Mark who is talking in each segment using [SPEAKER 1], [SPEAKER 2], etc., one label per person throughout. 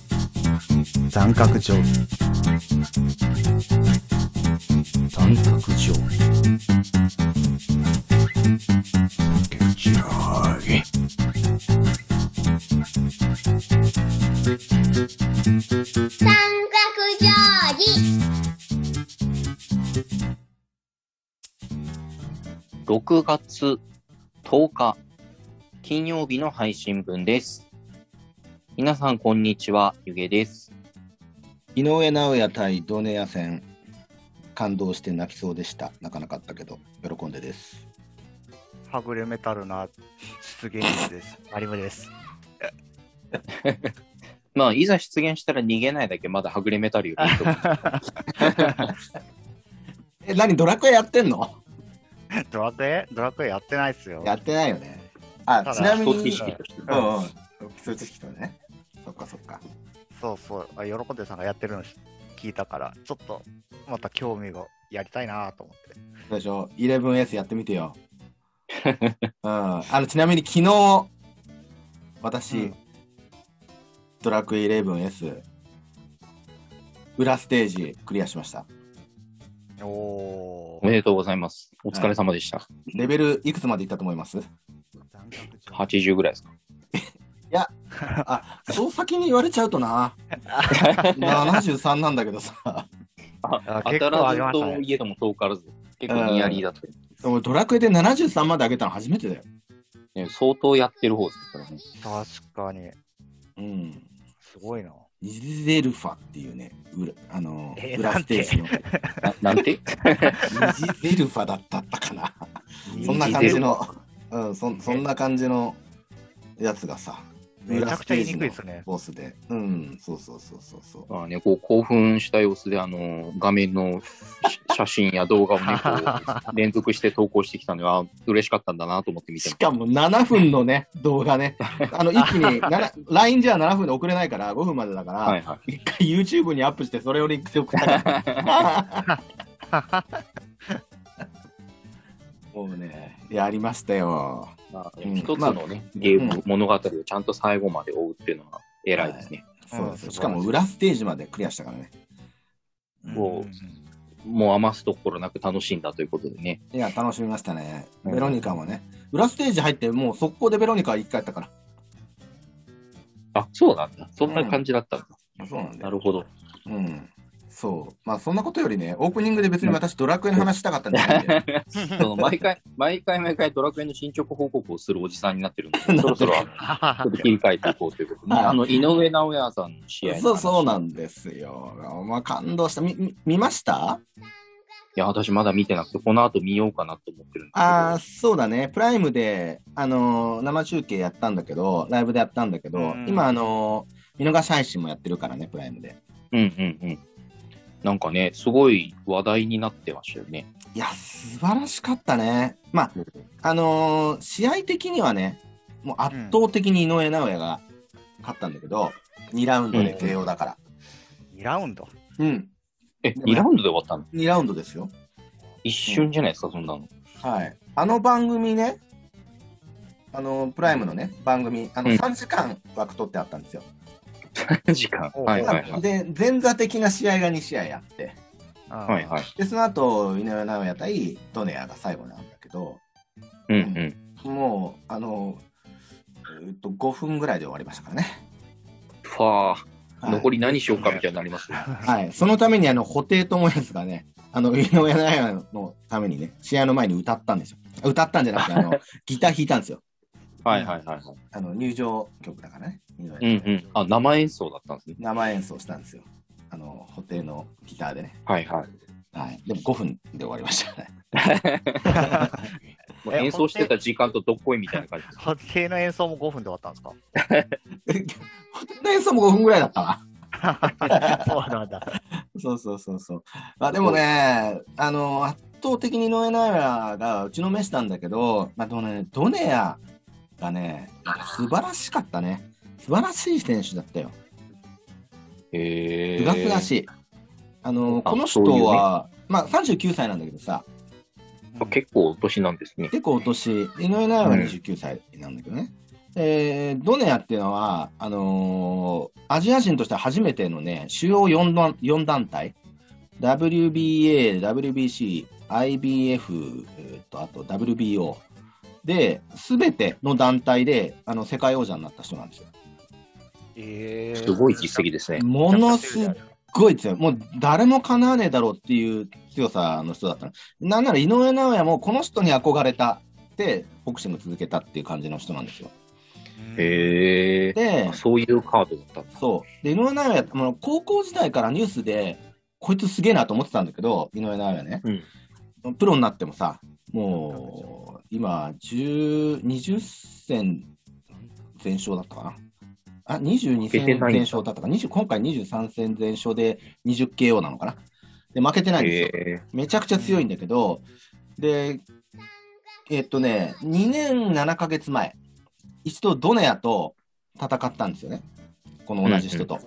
[SPEAKER 1] 三角定
[SPEAKER 2] 三角定規。三角定規。
[SPEAKER 3] 三角定規
[SPEAKER 1] 規
[SPEAKER 4] 6月10日金曜日の配信分です。皆さんこんにちは、ゆげです。
[SPEAKER 3] 井上尚弥対ドネア戦感動して泣きそうでした泣かなかったけど喜んでです
[SPEAKER 5] はぐれメタルな出現率です。有馬です。
[SPEAKER 4] まあ、いざ出現したら逃げないだけまだはぐれメタルよりいいと思う
[SPEAKER 3] え何ドラクエやってんの
[SPEAKER 5] ドラクエドラクエやってないっすよ。
[SPEAKER 3] やってないよねあ
[SPEAKER 5] ただ
[SPEAKER 3] ちなみに
[SPEAKER 4] 基礎知識として
[SPEAKER 3] うんうん基礎知識とねそっかそっか
[SPEAKER 5] そうそう。あ喜んでさんがやってるのし聞いたから、ちょっとまた興味をやりたいなと思って。
[SPEAKER 3] そうでしょ 11S やってみて ようんあのちなみに昨日私、
[SPEAKER 5] うん
[SPEAKER 3] ドラクエ 11S 裏ステージクリアしました
[SPEAKER 5] お
[SPEAKER 4] おめ
[SPEAKER 5] ー。
[SPEAKER 4] でとうございます。お疲れ様でした。
[SPEAKER 3] レベルいくつまでいったと思います
[SPEAKER 4] 80ぐらいですか。
[SPEAKER 3] あそう先に言われちゃうと な73なんだけどさ
[SPEAKER 5] あ
[SPEAKER 4] 当
[SPEAKER 5] 結
[SPEAKER 4] た
[SPEAKER 5] 構あ
[SPEAKER 4] ら
[SPEAKER 5] り
[SPEAKER 4] ず
[SPEAKER 5] ました
[SPEAKER 4] と
[SPEAKER 5] ね。
[SPEAKER 4] いえども遠からず。結構ニヤリだった、
[SPEAKER 3] でもドラクエで73まで上げたの初めてだよ
[SPEAKER 4] ね相当やってる方ですからね。
[SPEAKER 5] 確かに。
[SPEAKER 3] うん
[SPEAKER 5] すごいな。
[SPEAKER 3] ニゼルファっていうね裏あの、
[SPEAKER 5] えー
[SPEAKER 3] 裏ステージの
[SPEAKER 4] な なんて
[SPEAKER 3] ニジゼルファだったったかなそんな感じの、うん、そそんな感じのやつがさ、
[SPEAKER 5] めちゃくちゃ言いにくい
[SPEAKER 3] 裏
[SPEAKER 5] っ
[SPEAKER 3] ステー
[SPEAKER 5] すね
[SPEAKER 3] ジのボスで、うん、そうそうそうそうそう。
[SPEAKER 4] まあね、こう興奮した様子で、あの、画面のし写真や動画をね、こ う連続して投稿してきたのは、嬉しかったんだなと思って見てま
[SPEAKER 3] しかも7分のね、動画ね、あの一気にな LINE じゃ7分で送れないから、5分までだから、
[SPEAKER 4] す。はいはい。
[SPEAKER 3] 一回 YouTube にアップして、それをリンクして送ったから。 もうね、やりましたよ。
[SPEAKER 4] まあ、
[SPEAKER 3] うん
[SPEAKER 4] 一つ
[SPEAKER 3] まあ
[SPEAKER 4] のね、ゲーム、物語をちゃんと最後まで追うっていうのは偉いですね。
[SPEAKER 3] そうです
[SPEAKER 5] うん
[SPEAKER 3] よしかも裏ステージまでクリアしたからね。
[SPEAKER 4] こもう余すところなく楽しんだということでね。
[SPEAKER 3] いや、楽しみましたね。
[SPEAKER 4] うん
[SPEAKER 3] ベロニカもね、裏ステージ入って、もう速攻でベロニカ行き返ったから。
[SPEAKER 4] あ、そうなんだ。そんな感じだったんだ。
[SPEAKER 3] そうなんだ
[SPEAKER 4] な
[SPEAKER 3] よ。
[SPEAKER 4] るほど。
[SPEAKER 3] うん。そう。まあ、そんなことよりね、オープニングで別に私、ドラクエの話したかったんじゃないんだよ。
[SPEAKER 4] その毎回、毎回毎回ドラクエの進捗報告をするおじさんになってるんで、 そろそろあのちょっと切り替えていこうということで、
[SPEAKER 3] はい
[SPEAKER 4] あの、井上尚弥さんの試合の話
[SPEAKER 3] そうそうなんですよ。まあ、感動した。みみ見ました
[SPEAKER 4] いや、私まだ見てなくて、この後見ようかなと思ってるんですけど。
[SPEAKER 3] ああ、そうだね。プライムで、あのー生中継やったんだけど、ライブでやったんだけど、
[SPEAKER 5] うん
[SPEAKER 3] 今、あのー見逃し配信もやってるからね、プライムで。
[SPEAKER 4] うんうんうん。なんかね、すごい話題になってましたよね。
[SPEAKER 3] いや、素晴らしかったね。まあ、あのー試合的にはね、もう圧倒的に井上尚弥が勝ったんだけど、2ラウンドで KO だから。
[SPEAKER 5] 2ラウンド。
[SPEAKER 3] うん、
[SPEAKER 4] え、
[SPEAKER 3] でも
[SPEAKER 4] 2ラウンドで終わったの
[SPEAKER 3] 2ラウンドですよ。
[SPEAKER 4] 一瞬じゃないですか、そんなの。
[SPEAKER 3] はい。あの番組ね、あのープライムのね、番組、あの
[SPEAKER 4] うん
[SPEAKER 3] 3時間枠取ってあったんですよ。
[SPEAKER 4] 時間。
[SPEAKER 5] おう。
[SPEAKER 4] はいはいはい。
[SPEAKER 3] で、前座的な試合が2試合あって、
[SPEAKER 4] はいはいい。
[SPEAKER 3] で、その後、井上尚弥対ドネアが最後なんだけど、
[SPEAKER 4] うんうん。
[SPEAKER 3] もう、あの、えっと、5分ぐらいで終わりましたからね。
[SPEAKER 4] ふわー
[SPEAKER 3] はい
[SPEAKER 4] 残り何しようかみたいになりますね。
[SPEAKER 3] はい、そのために、あの、布袋寅泰がね、あの、井上尚弥のためにね、試合の前に歌ったんですよ。あ歌ったんじゃなくて、あの、ギター弾いたんですよ。
[SPEAKER 4] はいはいはいはい。
[SPEAKER 3] あの、入場曲だからね、井上尚
[SPEAKER 4] うん
[SPEAKER 3] 弥
[SPEAKER 4] うん。あ、生演奏だったんですね。
[SPEAKER 3] 生演奏したんですよ。あの、布袋のギターでね。
[SPEAKER 4] はいはい。
[SPEAKER 3] はい。でも5分で終わりましたね。
[SPEAKER 4] もう演奏してた時間とどっこいみたいな感じです。
[SPEAKER 5] 発生の演奏も5分で終わったんですか
[SPEAKER 3] 布袋の演奏も5分ぐらいだったわ。
[SPEAKER 5] そうなんだ。
[SPEAKER 3] そうそうそうそう。あでもね、あの圧倒的に井上尚弥が打ちのめしたんだけど、まあ、でもね、ドネアがね、素晴らしかったね。素晴らしい選手だったよ。
[SPEAKER 4] へ
[SPEAKER 3] すがすがしい。あの
[SPEAKER 4] あ
[SPEAKER 3] この人は、まあ、39歳なんだけどさ、
[SPEAKER 4] 結構お年なんですね。
[SPEAKER 3] 結構お年、井上尚弥は29歳なんだけどね。でえードネアっていうのは、あのーアジア人としては初めてのね、主要4団 ,4 団体、WBA、WBC、IBF、えーっとあと WBO で、すべての団体であの世界王者になった人なんですよ。
[SPEAKER 5] え
[SPEAKER 4] すごい実績ですね。
[SPEAKER 3] ものすっごい強い、もう誰もかなわねえだろうっていう強さの人だったの。なんなら井上尚弥もこの人に憧れたって、ボクシング続けたっていう感じの人なんですよ。
[SPEAKER 5] え
[SPEAKER 4] へえ。
[SPEAKER 3] で
[SPEAKER 4] あ、そういうカードだったんだ。
[SPEAKER 3] そう。で、井上尚弥って、もう高校時代からニュースで、こいつすげえなと思ってたんだけど、井上尚弥ね。
[SPEAKER 4] うん。
[SPEAKER 3] プロになってもさ、もう、今、10 20戦全勝だったかな。あ、22
[SPEAKER 4] 負けて
[SPEAKER 3] 戦
[SPEAKER 4] ないんだ
[SPEAKER 3] 全勝だったか。20今回23戦全勝で 20KO なのかな。で、負けてないんですよ。
[SPEAKER 4] へ
[SPEAKER 3] めちゃくちゃ強いんだけど、で、えっとね、2年7ヶ月前、一度ドネアと戦ったんですよね、この同じ人と。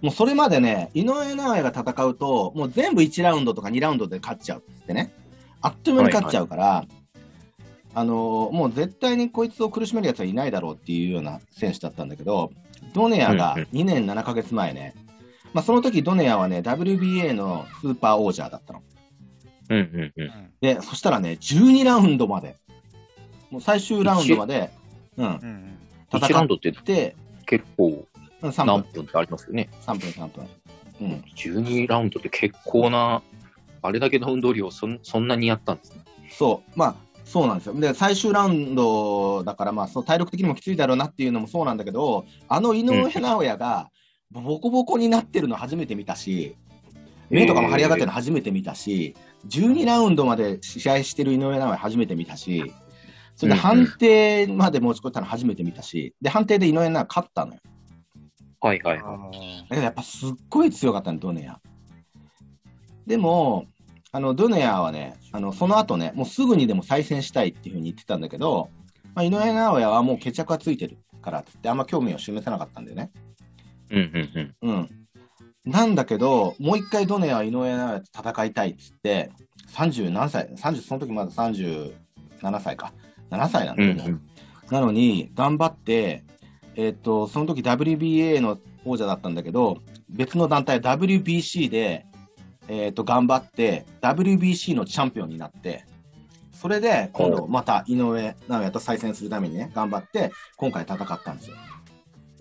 [SPEAKER 3] もうそれまでね、井上尚弥が戦うと、もう全部1ラウンドとか2ラウンドで勝っちゃうっつってね、あっという間に勝っちゃうから、あのーもう絶対にこいつを苦しめるやつはいないだろうっていうような選手だったんだけど、ドネアが
[SPEAKER 4] うんうん
[SPEAKER 3] 2年7ヶ月前ね、まあ、その時ドネアはね、WBA のスーパー王者だったの。
[SPEAKER 4] え。うんうんうん。
[SPEAKER 3] で、そしたらね、12ラウンドまで、もう最終ラウンドまで、うん、
[SPEAKER 4] 1ラ
[SPEAKER 3] 戦
[SPEAKER 4] ウ
[SPEAKER 3] っ
[SPEAKER 4] ンドって
[SPEAKER 3] て、
[SPEAKER 4] 結構
[SPEAKER 3] うん3
[SPEAKER 4] 何
[SPEAKER 3] 分、
[SPEAKER 4] 分ってありますよね。
[SPEAKER 3] 3分、3分。うん、
[SPEAKER 4] 12ラウンドって結構な、あれだけの運動量をそんそんなにやったんですね。
[SPEAKER 3] そう、まあ、そうなんですよ。で、最終ラウンドだから、まあ、そう体力的にもきついだろうなっていうのもそうなんだけど、あの井上尚弥が、ボコボコになってるの初めて見たし、目とかも張り上がってるの初めて見たし、12ラウンドまで試合してる井上尚弥初めて見たし、それで判定まで持ち越したの初めて見たし、で、判定で井上尚弥勝ったのよ。
[SPEAKER 4] はいはいはい。
[SPEAKER 3] だけどやっぱすっごい強かったの、ドネア。でも、あのドネアはね、あのその後ね、もうすぐにでも再戦したいっていうふうに言ってたんだけど、まあ、井上尚弥はもう決着がついてるからっつって、あんま興味を示さなかったんだよね。
[SPEAKER 4] うんうんうん。
[SPEAKER 3] うん。なんだけど、もう一回ドネアは井上尚弥と戦いたいっつって、30何歳、30、その時まだ37歳か、7歳なんだ
[SPEAKER 4] う
[SPEAKER 3] よ
[SPEAKER 4] ん
[SPEAKER 3] ね。
[SPEAKER 4] うん、
[SPEAKER 3] なのに、頑張って、えっと、その時 WBA の王者だったんだけど、別の団体 WBC で、えっと、頑張って、WBC のチャンピオンになって、それで、今度また井上尚弥と再戦するためにね、頑張って、今回戦ったんですよ。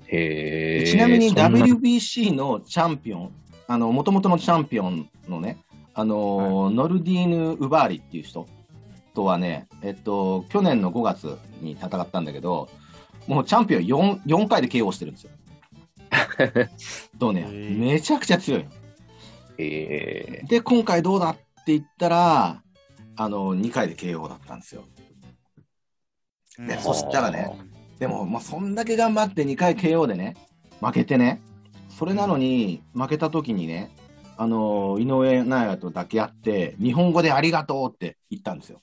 [SPEAKER 4] へえ。
[SPEAKER 3] ちなみに
[SPEAKER 4] そん
[SPEAKER 3] WBC のチャンピオン、あの、元々のチャンピオンのね、あのーノルディーヌ・ウバーリっていう人とはね、えっと、去年の5月に戦ったんだけど、もうチャンピオン 4, 4回で KO してるんですよ。どうね
[SPEAKER 5] へ、ー
[SPEAKER 3] めちゃくちゃ強いの。
[SPEAKER 4] へ え。
[SPEAKER 3] で、今回どうだって言ったら、あの、2回で KO だったんですよ。ねそしたらね、でも、まあ、そんだけ頑張って2回 KO でね、負けてね、それなのに、負けた時にね、あの井上尚弥と抱き合って、日本語でありがとうって言ったんですよ。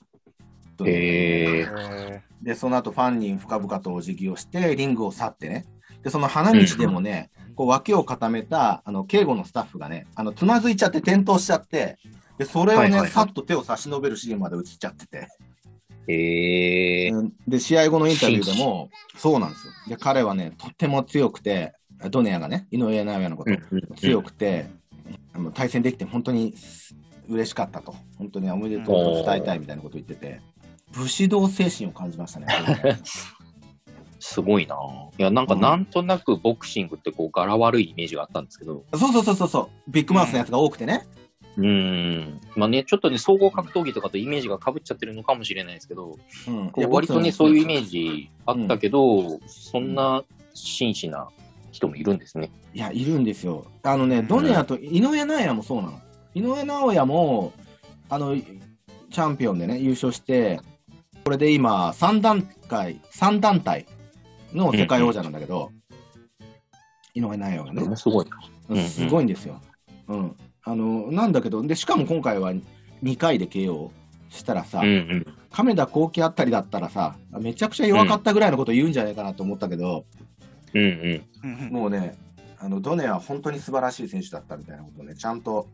[SPEAKER 4] へえ。
[SPEAKER 5] え
[SPEAKER 3] で、その後ファンに深々とお辞儀をして、リングを去ってね、で、その花道でもね、こう脇を固めたあの警護のスタッフがね、あのつまずいちゃって転倒しちゃって、でそれをね、
[SPEAKER 4] はいはいはい
[SPEAKER 3] さっと手を差し伸べるシーンまで映っちゃってて。
[SPEAKER 4] へえ。
[SPEAKER 3] うんで、試合後のインタビューでも、そうなんですよ。で、彼はね、とても強くて、ドネアがね、井上尚弥のこと、強
[SPEAKER 4] く。
[SPEAKER 3] くて、あの対戦できて本当に嬉しかったと、本当におめでとうと伝えたいみたいなこと言ってて、武士道精神を感じましたね。
[SPEAKER 4] すごいな。いや、なんかなんとなくボクシングってこう柄悪いイメージがあったんですけど。
[SPEAKER 3] そうそうそうそうそう、ビッグマウスのやつが多くてね。
[SPEAKER 4] うーん。まあね、ちょっとね、総合格闘技とかとイメージが被っちゃってるのかもしれないですけど、
[SPEAKER 3] うん、
[SPEAKER 4] こう割とね、そういうイメ
[SPEAKER 3] ジ。
[SPEAKER 4] ージあったけど、そんな真摯な人もいるんですね。
[SPEAKER 3] いや、いるんですよ。あのね、ドネアと井上尚弥もそうなの。井上尚弥も、あの、チャンピオンでね、優勝して、これで今、3段階、三団体の世界王者なんだけど、井上尚弥が
[SPEAKER 4] でも
[SPEAKER 3] ね、
[SPEAKER 4] すごいな。うんうん
[SPEAKER 3] すごいんですよ。うん。あの、なんだけど、で、しかも今回は2回で KO したらさ、
[SPEAKER 4] うんうん。
[SPEAKER 3] 亀田光輝あたりだったらさ、めちゃくちゃ弱かったぐらいのこと言うんじゃないかなと思ったけど、
[SPEAKER 4] うんうん。
[SPEAKER 3] もうね、あのドネアは本当に素晴らしい選手だったみたいなことをね、ちゃんと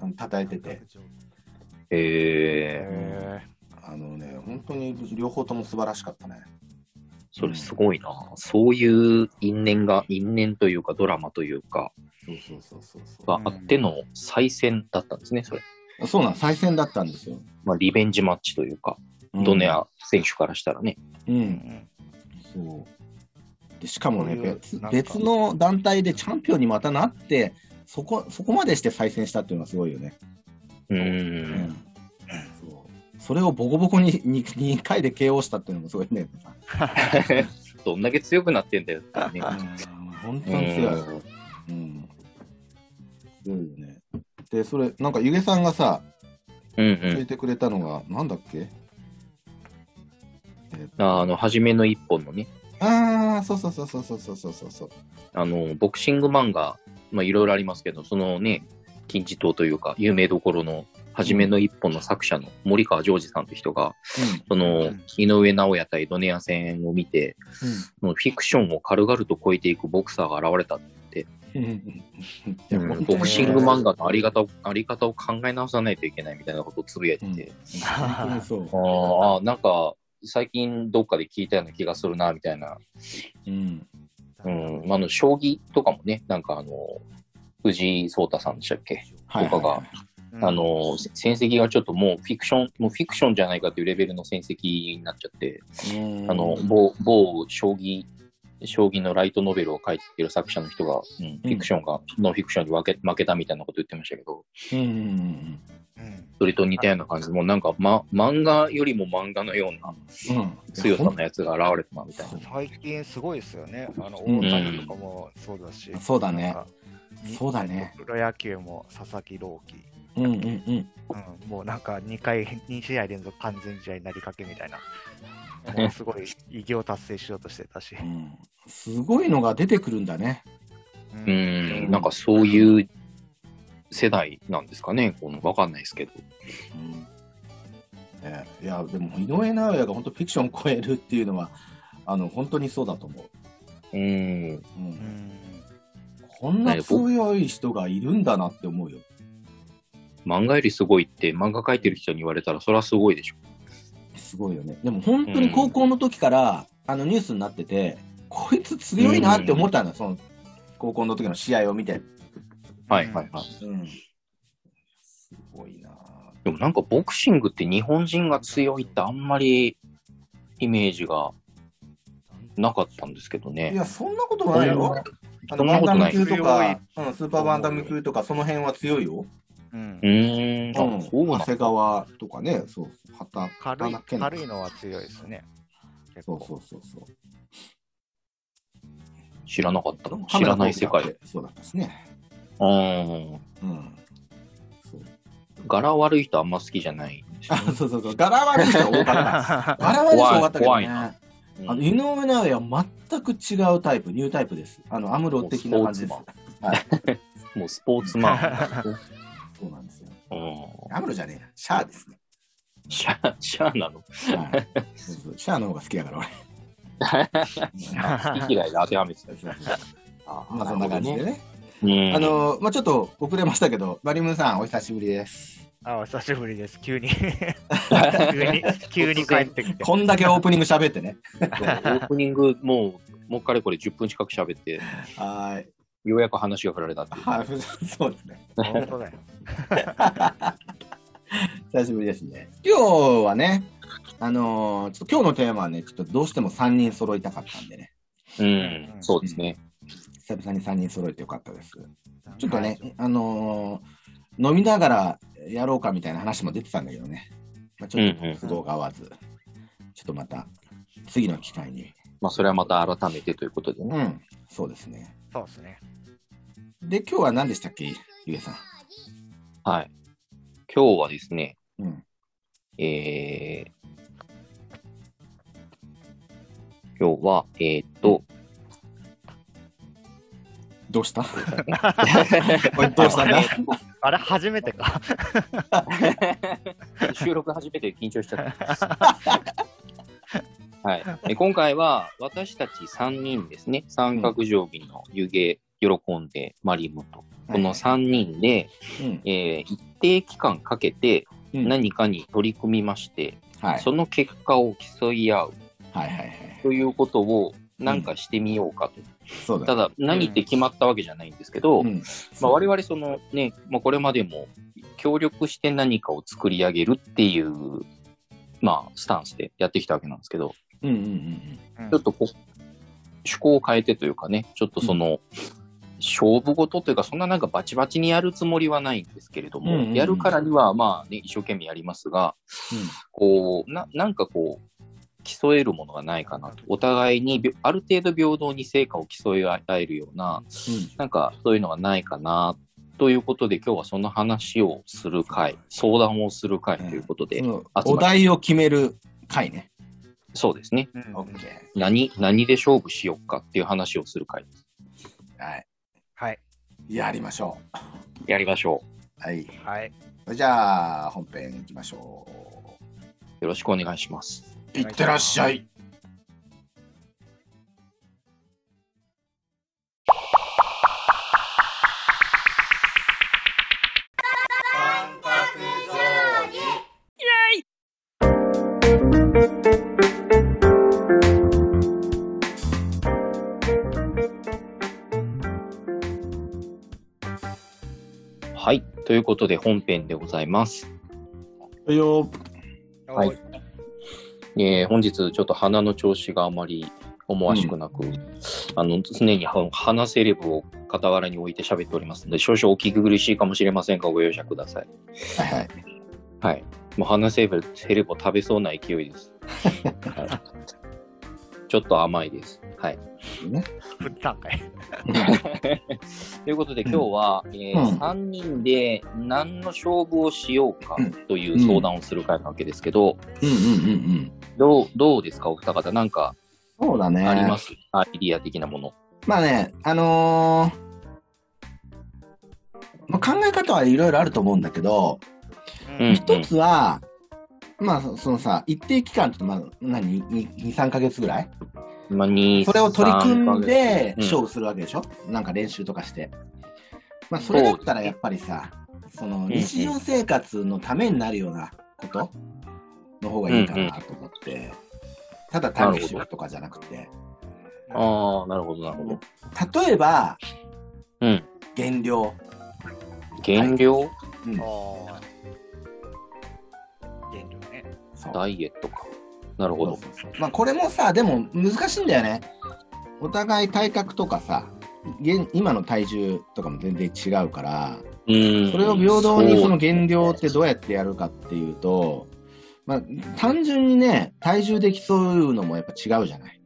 [SPEAKER 3] あの称えてて、
[SPEAKER 4] え
[SPEAKER 5] え
[SPEAKER 3] あのね、本当に両方とも素晴らしかったね。
[SPEAKER 4] それすごいな。そういう因縁が、因縁というかドラマというか、
[SPEAKER 3] そうそうそうそうそ
[SPEAKER 4] があっての再戦だったんですね、それ。
[SPEAKER 3] う。そうなの、再戦だったんですよ。
[SPEAKER 4] まあ、リベンジマッチというか、
[SPEAKER 3] うん
[SPEAKER 4] ドネ。ア選手からしたらね。
[SPEAKER 3] う、
[SPEAKER 5] うんん
[SPEAKER 3] そう。で、しかもね、
[SPEAKER 5] そういう
[SPEAKER 3] 別
[SPEAKER 5] なんか
[SPEAKER 3] 別の団体でチャンピオンにまたなって、そこそこまでして再戦したっていうのはすごいよね。
[SPEAKER 4] う。
[SPEAKER 3] うんそうそれをボコボコに 2, 2回で KO したっていうのもすごいね。
[SPEAKER 4] どんだけ強くなってんだよって ね。
[SPEAKER 3] うん本当
[SPEAKER 4] う
[SPEAKER 3] に強い。
[SPEAKER 4] ん
[SPEAKER 3] うん。強いよね。で、それ、なんか、ゆげさんがさ、
[SPEAKER 4] うん
[SPEAKER 3] 教
[SPEAKER 4] う
[SPEAKER 3] えてくれたのが、なんだっけ
[SPEAKER 4] ん。
[SPEAKER 3] え
[SPEAKER 4] あの、初めの一本のね、
[SPEAKER 3] ああ、そうそうそうそうそうそうそうそうそう。
[SPEAKER 4] あの、ボクシング漫画、まあ、いろいろありますけど、そのね、金字塔というか、有名どころの、初めの一本の作者の森川ジョージさんという人が、その
[SPEAKER 5] うん、
[SPEAKER 4] 井上尚弥対ドネア戦を見て、そのフィクションを軽々と超えていくボクサーが現れた。
[SPEAKER 3] うん。 いや
[SPEAKER 4] うん
[SPEAKER 3] 本当に
[SPEAKER 4] ボクシング漫画のあり方をあり方を考え直さないといけないみたいなことをつぶやいてて、
[SPEAKER 3] 本当にそう。
[SPEAKER 4] あーあー、なんか、最近どっかで聞いたような気がするな、みたいな
[SPEAKER 3] うん。
[SPEAKER 4] うん、あの将棋とかもね、なんかあの、藤井聡太さんでしたっけ、
[SPEAKER 3] はいはい
[SPEAKER 4] とか
[SPEAKER 3] は
[SPEAKER 4] が、あ、の、せ戦績がちょっともうフィクション、もうフィクションじゃないかというレベルの戦績になっちゃって、
[SPEAKER 3] い。うん
[SPEAKER 4] あの、某、某将棋、将棋のライトノベルを書いている作者の人が、うん、フィクションが、ノンフィクションに負け負けたみたいなこと言ってましたけど、
[SPEAKER 3] うんうんうん
[SPEAKER 5] うん
[SPEAKER 4] それと似たような感じで、もうなんか、ま、漫画よりも漫画のような
[SPEAKER 3] うん。うん。
[SPEAKER 4] 強さ
[SPEAKER 3] いやほん
[SPEAKER 4] のやつが現れたな、みたいな。
[SPEAKER 5] 最近すごいですよね。あの、
[SPEAKER 3] うん
[SPEAKER 5] 大谷とかもそうだし。
[SPEAKER 3] そうだね
[SPEAKER 5] なんか。
[SPEAKER 3] そうだね。
[SPEAKER 5] プロ野球も佐々木朗希。
[SPEAKER 3] うんうんうん。
[SPEAKER 5] うん、もうなんか2回、2試合連続完全試合になりかけみたいな。もうすごい偉業達成しようとして たし
[SPEAKER 3] う。んすごいのが出てくるんだね。
[SPEAKER 5] う
[SPEAKER 4] う。ん、なんかそういう世代なんですかね、このわかんないですけど。
[SPEAKER 3] うんねいや、でも、井上尚弥が本当フィクションを超えるっていうのは、あの、本当にそうだと思う。
[SPEAKER 4] うん、
[SPEAKER 3] うん
[SPEAKER 5] うん
[SPEAKER 3] こんな強い人がいるんだなって思うよ。
[SPEAKER 4] 漫画よりすごいって、漫画描いてる人に言われたら、それはすごいでしょ。
[SPEAKER 3] すごいよね。でも本当に高校の時から、あのニュースになってて、こいつ強いなって思ったんだ、その高校の時の試合を見て。
[SPEAKER 4] はいはいはい。
[SPEAKER 3] うん。すごいな
[SPEAKER 4] でもなんかボクシングって日本人が強いってあんまりイメージがなかったんですけど
[SPEAKER 3] い
[SPEAKER 4] ね。
[SPEAKER 3] や、そんなことないよ。あ
[SPEAKER 4] そ
[SPEAKER 3] の
[SPEAKER 4] んな
[SPEAKER 3] バ
[SPEAKER 4] こと
[SPEAKER 3] ンダ
[SPEAKER 4] な
[SPEAKER 3] ム
[SPEAKER 4] い。
[SPEAKER 3] 級
[SPEAKER 4] う
[SPEAKER 3] とか、うん、スーパーバンダム級とか、その辺は強いよ。
[SPEAKER 5] うん
[SPEAKER 4] ーん、
[SPEAKER 3] う、
[SPEAKER 4] あ、そうんな
[SPEAKER 3] 長
[SPEAKER 4] ん
[SPEAKER 3] 谷
[SPEAKER 4] だ。
[SPEAKER 3] 川とかね、そう、畑
[SPEAKER 5] 軽い
[SPEAKER 3] 畑健
[SPEAKER 5] 軽いのは強いですね。結
[SPEAKER 3] そう
[SPEAKER 5] 構
[SPEAKER 3] そうそうそう。
[SPEAKER 4] 知らなかったな。知らない世
[SPEAKER 3] カメラ
[SPEAKER 4] 界。
[SPEAKER 3] 遠くだって。そうだったですね。
[SPEAKER 4] うん。
[SPEAKER 3] うん。そう
[SPEAKER 4] 柄悪い人あんま好きじゃないんですよ
[SPEAKER 3] あ、そうそうそう。柄悪い人多かった。 あれはね、
[SPEAKER 4] 怖い
[SPEAKER 3] そうだったけど
[SPEAKER 4] 怖い
[SPEAKER 3] ね。
[SPEAKER 4] な
[SPEAKER 3] あの井上尚弥は全く違うタイプ、ニュータイプです。あの、アムロ的な感じです
[SPEAKER 4] も。もうスポーツマン なんだね。
[SPEAKER 3] そうなんですよ。
[SPEAKER 4] うん
[SPEAKER 3] アムロじゃねえな、シャアですね。
[SPEAKER 4] シャー、シャーなの
[SPEAKER 3] はいそうそうシャアの方が好きだか ら、俺。
[SPEAKER 4] 好き嫌いで当てはめ てた。あ
[SPEAKER 3] まあ、そんな感じで。ね。
[SPEAKER 4] うん。
[SPEAKER 3] あ、の、まあ、ちょっと遅れましたけど、バリムーンさん、お久しぶりです。
[SPEAKER 5] あ、お久しぶりです。急に。急に、急に帰ってきて。
[SPEAKER 3] こんだけオープニング喋ってね。
[SPEAKER 4] オープニング、もう、もうかれこれ10分近く喋って、
[SPEAKER 3] はーい。
[SPEAKER 4] ようやく話が振られたっていう。
[SPEAKER 3] はい、そうですね。
[SPEAKER 5] 本当だよ。
[SPEAKER 3] 久しぶりですね。今日はね、あのーちょっと今日のテーマはね、ちょっとどうしても3人揃いたかったんでね、
[SPEAKER 4] うん、そうですね。
[SPEAKER 3] 久々に3人揃えてよかったです。ちょっとね、あのー飲みながらやろうかみたいな話も出てたんだけどね、まあ、ちょっ
[SPEAKER 4] うんうん
[SPEAKER 3] と都合が合わず、ちょっとまた次の機会に。
[SPEAKER 4] まあ、それはまた改めてということでね。
[SPEAKER 3] うん、そうですね。
[SPEAKER 5] そうですね。
[SPEAKER 3] で、今日は何でしたっけ、ゆげさん。
[SPEAKER 4] はい。今日はですね、
[SPEAKER 3] うん、
[SPEAKER 4] えー、今日は、えーっと、
[SPEAKER 3] どう したこれどうしたんだ
[SPEAKER 5] あれ、初めてか。
[SPEAKER 4] 収録初めて緊張しちゃった。 はい、え今回は私たち3人ですね、三角定規の湯気、喜んで、マリムと、この3人で、
[SPEAKER 3] うん
[SPEAKER 4] えー一定期間かけて
[SPEAKER 3] うん
[SPEAKER 4] 何かに取り組みまして、
[SPEAKER 3] はい。
[SPEAKER 4] その結果を競い合う
[SPEAKER 3] はいはいはい。
[SPEAKER 4] ということをなんかしてみようかと。
[SPEAKER 3] そう
[SPEAKER 4] た
[SPEAKER 3] だ。
[SPEAKER 4] だ、何って決まったわけじゃないんですけど、
[SPEAKER 3] うん
[SPEAKER 4] まあ、我々そのね、まあ、これまでも協力して何かを作り上げるっていう、まあ、スタンスでやってきたわけなんですけど、
[SPEAKER 3] うんうんうん
[SPEAKER 4] ちょっとこう、趣向を変えてというかね、ちょっとその、勝負事というか、そんななんかバチバチにやるつもりはないんですけれども、
[SPEAKER 3] うんうんうん
[SPEAKER 4] やるからにはまあね、一生懸命やりますが、こう、ななんかこう、競えるものがないかなと。お互いにびょある程度平等に成果を競い合えるような、
[SPEAKER 3] うん
[SPEAKER 4] なんかそういうのがないかなということで、今日はその話をする会、相談をする会ということで、
[SPEAKER 3] その
[SPEAKER 4] まる
[SPEAKER 3] お題を決める回ね。
[SPEAKER 4] そうですね。
[SPEAKER 5] うん
[SPEAKER 3] オッケ
[SPEAKER 4] 何、何で勝負しようかっていう話をする会です。
[SPEAKER 3] ー。はい。
[SPEAKER 5] はい。
[SPEAKER 3] やりましょう。
[SPEAKER 4] やりましょ
[SPEAKER 3] はい。
[SPEAKER 5] はい。
[SPEAKER 3] じゃあ、本編いきましょ
[SPEAKER 4] う。よろしくお願いします。
[SPEAKER 3] う。いってらっしゃい。
[SPEAKER 4] はい。ということで、本編でございます。
[SPEAKER 3] はいよ。
[SPEAKER 4] はいえー本日ちょっと鼻の調子があまり思わしくなく、あの常には鼻セレブを傍らに置いて喋っておりますので少々お聞き苦しいかもしれませんがご容赦ください
[SPEAKER 3] はいはい。
[SPEAKER 4] はいもう鼻セレブセレブを食べそうな勢いです、はい、 ちょっと甘いですはい
[SPEAKER 5] 振ったんかい。
[SPEAKER 4] ということで今日は、えー
[SPEAKER 3] うん
[SPEAKER 4] 3人で何の勝負をしようかという相談をする会なわけですけど、
[SPEAKER 3] うんうんうんうん。
[SPEAKER 4] どうどうですかお二方なんか
[SPEAKER 3] そうだね。
[SPEAKER 4] あります、アイディア的なもの
[SPEAKER 3] まあね、あのーまあ、考え方はいろいろあると思うんだけど、
[SPEAKER 4] うん
[SPEAKER 3] 一つは、まあそそのさ、一定期間って、まあ、何、2、3ヶ月ぐらい
[SPEAKER 4] まあ、に
[SPEAKER 3] それを取り組んで
[SPEAKER 4] うん
[SPEAKER 3] 勝負するわけでしょ、なんか練習とかして。まあ、それだったらやっぱりさ、その
[SPEAKER 4] ん
[SPEAKER 3] 日常生活のためになるようなことの方がいいかなと思って、ただ単にしようとかじゃなくて、
[SPEAKER 4] ああ、なるほど、なるほど。
[SPEAKER 3] 例えば、
[SPEAKER 4] うん。
[SPEAKER 3] 減量。
[SPEAKER 4] 減量、
[SPEAKER 3] うん
[SPEAKER 5] ああ。原料ね。
[SPEAKER 3] そう
[SPEAKER 4] ダイエットか。なるほど。
[SPEAKER 3] そうそうそうまあこれもさでも難しいんだよねお互い体格とかさ現今の体重とかも全然違うから
[SPEAKER 4] うん
[SPEAKER 3] それを平等にその
[SPEAKER 4] う
[SPEAKER 3] 減量ってどうやってやるかっていうと、まあ、単純にね体重で競うのもやっぱ違うじゃない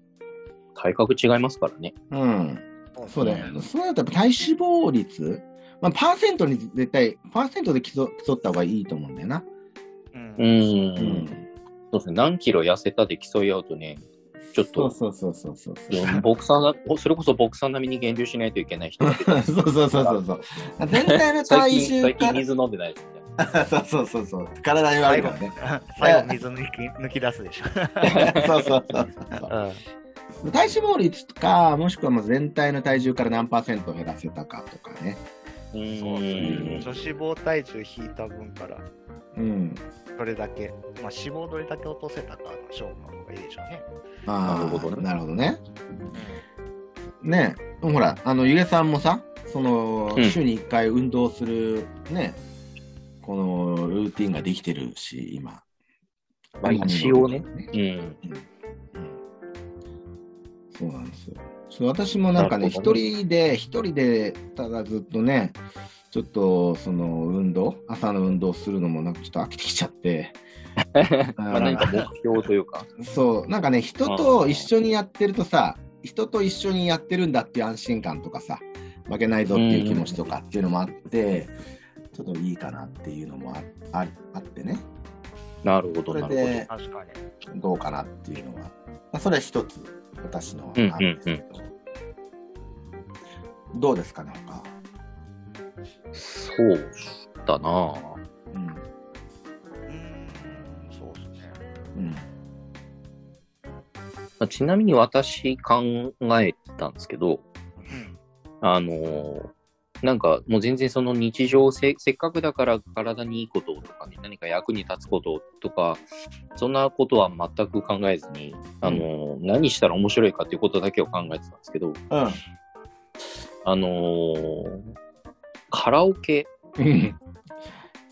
[SPEAKER 4] 体格違いますからね。
[SPEAKER 3] うんそうだよ、
[SPEAKER 4] う
[SPEAKER 3] そうなるとやっぱ体脂肪率まあ、パーセントに絶対、パーセントで競競った方がいいと思うんだよな。
[SPEAKER 5] うん。
[SPEAKER 4] うん。そうですね。何キロ痩せたで競い合うとね、ちょっと、
[SPEAKER 3] そうそうそうそうそう。
[SPEAKER 4] ボクサーな、おそれこそボクサー並みに減量しないといけない人が 出て
[SPEAKER 3] そうそうそうそうそう。全体の
[SPEAKER 4] 最
[SPEAKER 3] 体
[SPEAKER 4] 近、
[SPEAKER 3] 重
[SPEAKER 4] 最
[SPEAKER 3] か
[SPEAKER 4] 近水飲んでないですね。
[SPEAKER 3] そうそうそうそう。体に悪
[SPEAKER 5] 最
[SPEAKER 3] いか
[SPEAKER 5] 後
[SPEAKER 3] ら ね。
[SPEAKER 5] 最後水抜き抜き出すでしょ。
[SPEAKER 3] そうそうそうそう。体脂肪率とか、もしくはまあ全体の体重から何パーセント減らせたかとかね。
[SPEAKER 4] う。
[SPEAKER 5] うんそうね。女子棒体重引いた分から
[SPEAKER 3] うん。
[SPEAKER 5] どれだけ、まあ、脂肪どれだけ落とせたかの勝負の方がいいでしょうね。
[SPEAKER 3] あー
[SPEAKER 4] なるほどね
[SPEAKER 3] なるほどね。ねえ、ほら、あの、ゆげさんもさ、その、
[SPEAKER 4] うん
[SPEAKER 3] 週に1回運動する、ね、このルーティンができてるし、今。
[SPEAKER 4] まあ一応ね。うん。
[SPEAKER 3] そうなんですよ。そう私もなんかね、
[SPEAKER 4] なるほ
[SPEAKER 3] 一
[SPEAKER 4] どね
[SPEAKER 3] 人で、一人で、ただずっとね、ちょっとその運動、朝の運動するのもなんかちょっと飽きてきちゃって、
[SPEAKER 4] まあ何か目標というか。
[SPEAKER 3] そう、なんかね、人と一緒にやってるとさ、人と一緒にやってるんだっていう安心感とかさ、負けないぞっていう気持ちとかっていうのもあって、ちょっといいかなっていうのもあああってね、
[SPEAKER 4] なるほど、
[SPEAKER 3] そ
[SPEAKER 4] な
[SPEAKER 3] れ
[SPEAKER 4] るほど。
[SPEAKER 3] で
[SPEAKER 5] 確かに。
[SPEAKER 3] どうかなっていうのは、まあ、それは一つ、私の
[SPEAKER 4] うん
[SPEAKER 3] 案ですけど、どうですかね、他。
[SPEAKER 4] そうだなぁ。
[SPEAKER 3] うん
[SPEAKER 5] うーん、そうですね。
[SPEAKER 3] うん
[SPEAKER 4] まあちなみに私考えてたんですけど、
[SPEAKER 5] うん。
[SPEAKER 4] あのーなんかもう全然その日常せ、せっかくだから体にいいこととかね、何か役に立つこととか、そんなことは全く考えずに、あの、何したら面白いかっていうことだけを考えてたんですけど、
[SPEAKER 3] うん。
[SPEAKER 4] あのーカラオケ
[SPEAKER 3] うん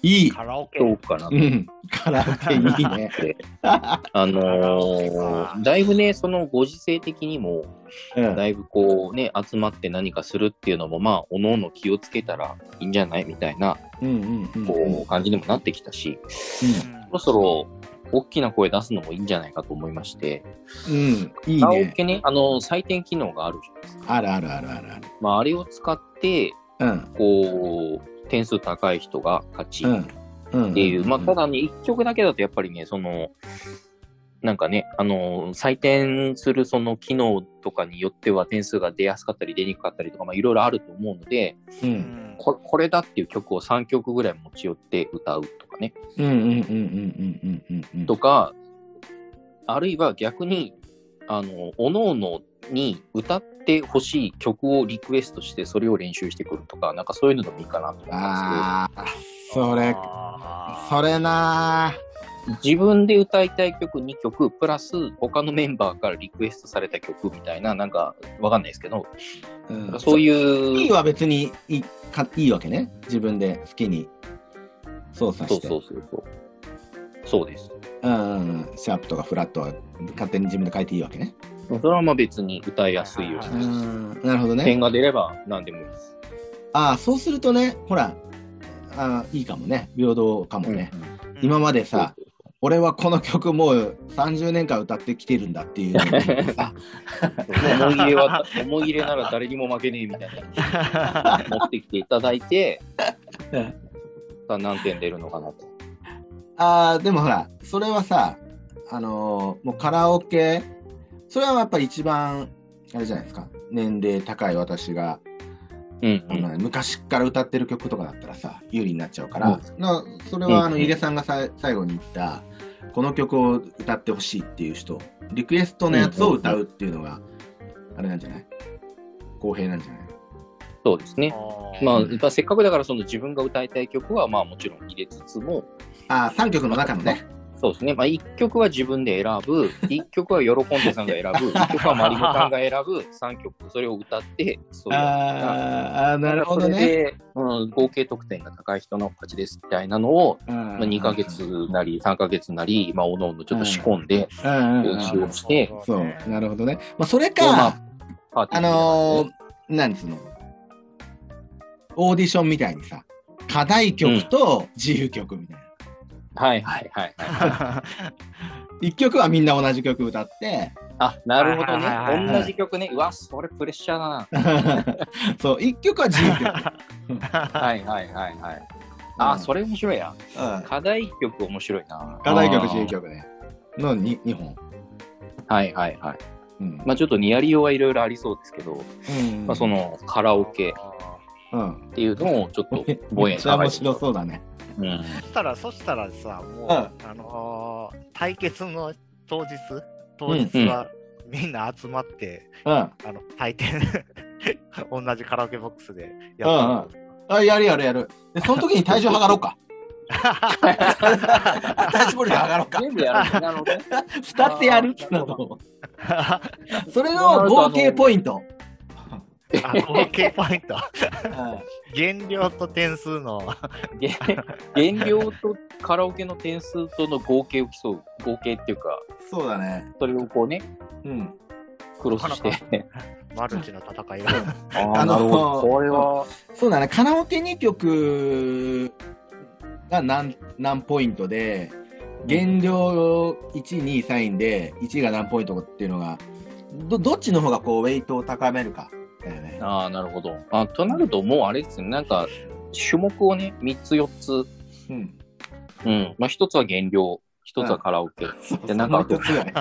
[SPEAKER 3] いい。
[SPEAKER 5] カラオケ。
[SPEAKER 4] どうかなと
[SPEAKER 3] う
[SPEAKER 4] 思っ
[SPEAKER 3] ん。 カラオケいいね。
[SPEAKER 4] て、あの
[SPEAKER 5] カラオケか
[SPEAKER 4] ーだいぶね、そのご時世的にも、
[SPEAKER 3] うん。
[SPEAKER 4] だいぶこうね、集まって何かするっていうのも、まあ、おのの気をつけたらいいんじゃないみたいな、
[SPEAKER 3] うんうんうん。
[SPEAKER 4] こう、感じにもなってきたし、
[SPEAKER 5] うん
[SPEAKER 4] そろそろ、大きな声出すのもいいんじゃないかと思いまして、
[SPEAKER 3] うん。うん。いい
[SPEAKER 4] カラオ
[SPEAKER 3] ね。
[SPEAKER 4] ケね、あの、採点機能があるじゃないですか。
[SPEAKER 3] あるあるあるあるある。
[SPEAKER 4] まあ、あれを使って、
[SPEAKER 3] うん。
[SPEAKER 4] こう、点数高い人が勝ち、
[SPEAKER 3] うん。うん。
[SPEAKER 4] っていう、まあ、た
[SPEAKER 3] だ、
[SPEAKER 4] だね、1曲だけだとやっぱりね、その、なんかね、あの採点するその機能とかによっては点数が出やすかったり出にくかったりとか、まあ、いろいろあると思うので
[SPEAKER 3] う。
[SPEAKER 5] うんん
[SPEAKER 4] こ、これだっていう曲を3曲ぐらい持ち寄って歌うとかね、
[SPEAKER 3] うんうんうんうんうんうんうん。
[SPEAKER 4] とか、あるいは逆に、あの、おのおのに歌ってほしい曲をリクエストして、それを練習してくるとか、なんかそういうのでもいいかなと思ったんで
[SPEAKER 3] ああ、それ、
[SPEAKER 5] あー
[SPEAKER 3] それな
[SPEAKER 4] すけど、自分で歌いたい曲2曲、プラス他のメンバーからリクエストされた曲みたいな、なんかわかんないですけど、
[SPEAKER 3] ー、うん
[SPEAKER 4] そう
[SPEAKER 3] い
[SPEAKER 4] い、
[SPEAKER 3] いうは別にいいかいいわけね。自分で好きに操作
[SPEAKER 4] そう
[SPEAKER 3] して。
[SPEAKER 4] そうそうそう。そうです。
[SPEAKER 3] うんうんうん。シャープとかフラットは勝手に自分で書いていいわけね。
[SPEAKER 4] それはまあ別に歌いやすいよう
[SPEAKER 3] う
[SPEAKER 4] に、
[SPEAKER 3] ん、なるほど
[SPEAKER 4] 点
[SPEAKER 3] ね。
[SPEAKER 4] が出れば何でもいいです。
[SPEAKER 3] ああ、そうするとね、ほら、あーいいかもね。平等かもね。今までさ、俺はこの曲もう30年間歌ってきてるんだっていうのにさ
[SPEAKER 4] 思い入れは、思い入れなら誰にも負けねえみたいな、持ってきていただいて、
[SPEAKER 3] うん
[SPEAKER 4] さあ何点出るのかなと。
[SPEAKER 3] あーでもほらそれはさあのーもうカラオケそれはやっぱり一番あれじゃないですか年齢高い私が、
[SPEAKER 4] うん
[SPEAKER 3] あ
[SPEAKER 4] うん、
[SPEAKER 3] の昔から歌ってる曲とかだったらさ有利になっちゃうから、なそれ
[SPEAKER 4] うん
[SPEAKER 3] はあの井出さんがさ最後に言ったこの曲を歌ってほしいっていう人リクエストのやつを歌うっていうのが、あれなんじゃない公平なんじゃない
[SPEAKER 4] そうですね。まあ、
[SPEAKER 5] あ
[SPEAKER 4] 歌せっかくだからその自分が歌いたい曲はまあもちろん入れつつも、
[SPEAKER 3] あー3曲の中のね
[SPEAKER 4] そうですね、まあ、1曲は自分で選ぶ、1曲は喜んでさんが選ぶ、1曲 はマリノさんが選ぶ、3曲、それを歌って、そういう
[SPEAKER 3] あーあーなるほど
[SPEAKER 4] それ
[SPEAKER 3] ね。
[SPEAKER 4] で、うん、合計得点が高い人の勝ちですみたいなのを、まあ、2ヶ月なり3ヶ月なり、まあ、おのおのちょっと仕込んで、
[SPEAKER 3] うんうんうん
[SPEAKER 4] 練習をして、
[SPEAKER 3] そう、なるほどね。まあ、それか、
[SPEAKER 4] まあパーティーみた
[SPEAKER 3] あ
[SPEAKER 4] いな
[SPEAKER 3] のー、何その、オーディションみたいにさ、課題曲と自由曲みたいな。
[SPEAKER 4] はいはいはいはい。
[SPEAKER 3] 一曲はみんな同じ曲歌って、
[SPEAKER 4] あ、なるほど
[SPEAKER 5] はいはいはい
[SPEAKER 3] は
[SPEAKER 4] ね。
[SPEAKER 3] い
[SPEAKER 4] 同じ曲ね。うわ、それプレッシャーだな。
[SPEAKER 3] そう、一曲は自由曲。
[SPEAKER 4] はいはいはいはい。あ、
[SPEAKER 3] うん
[SPEAKER 4] それ面白いや。
[SPEAKER 3] うん
[SPEAKER 4] 課題曲面白いな。
[SPEAKER 3] 課題曲、
[SPEAKER 4] あー
[SPEAKER 3] 自由。曲ね。のに2本。
[SPEAKER 4] はいはいはい。
[SPEAKER 3] うん
[SPEAKER 4] まあちょっとニヤリ用はいろいろありそうですけど、
[SPEAKER 3] うん
[SPEAKER 4] まあそ、のカラオケ
[SPEAKER 3] うん
[SPEAKER 4] っていうのをちょっと防
[SPEAKER 3] め
[SPEAKER 4] 衛
[SPEAKER 3] っちゃ面白そうだね。
[SPEAKER 4] うん。
[SPEAKER 5] そしたら、そしたらさ、もう、あのー対決の当日、当日はみんな集まって、
[SPEAKER 3] うん。
[SPEAKER 5] あの、対決同じカラオケボックスで
[SPEAKER 3] うん
[SPEAKER 5] や
[SPEAKER 3] うんあ、やるやるやる。で、その時に体重測ろう か。体重これで測ろうか。
[SPEAKER 4] 全部やる。なるほどね。
[SPEAKER 3] 二つやるっつうのと。
[SPEAKER 5] あ
[SPEAKER 3] それの合計ポイント。
[SPEAKER 5] 合計ポイント。
[SPEAKER 3] うん
[SPEAKER 5] 減量と点数の、
[SPEAKER 4] げ減量とカラオケの点数との合計を競う合計っていうか
[SPEAKER 3] そうだね。
[SPEAKER 4] それをこうね
[SPEAKER 3] うん。
[SPEAKER 4] クロスして
[SPEAKER 5] マルチの戦いが。
[SPEAKER 4] あ
[SPEAKER 3] あの
[SPEAKER 4] これは
[SPEAKER 3] そうだね。カラオケ2曲が何何ポイントで、減量1、2、3で、1が何ポイントっていうのが、どどっちの方がこう、ウェイトを高めるかだよね。
[SPEAKER 4] ああなるほどあとなるともうあれですねなんか種目をね3つ4つ
[SPEAKER 3] うん。
[SPEAKER 4] うんまあ1つは減量1つはカラオケ、
[SPEAKER 3] そう
[SPEAKER 4] でなんか
[SPEAKER 3] もう一つぐらい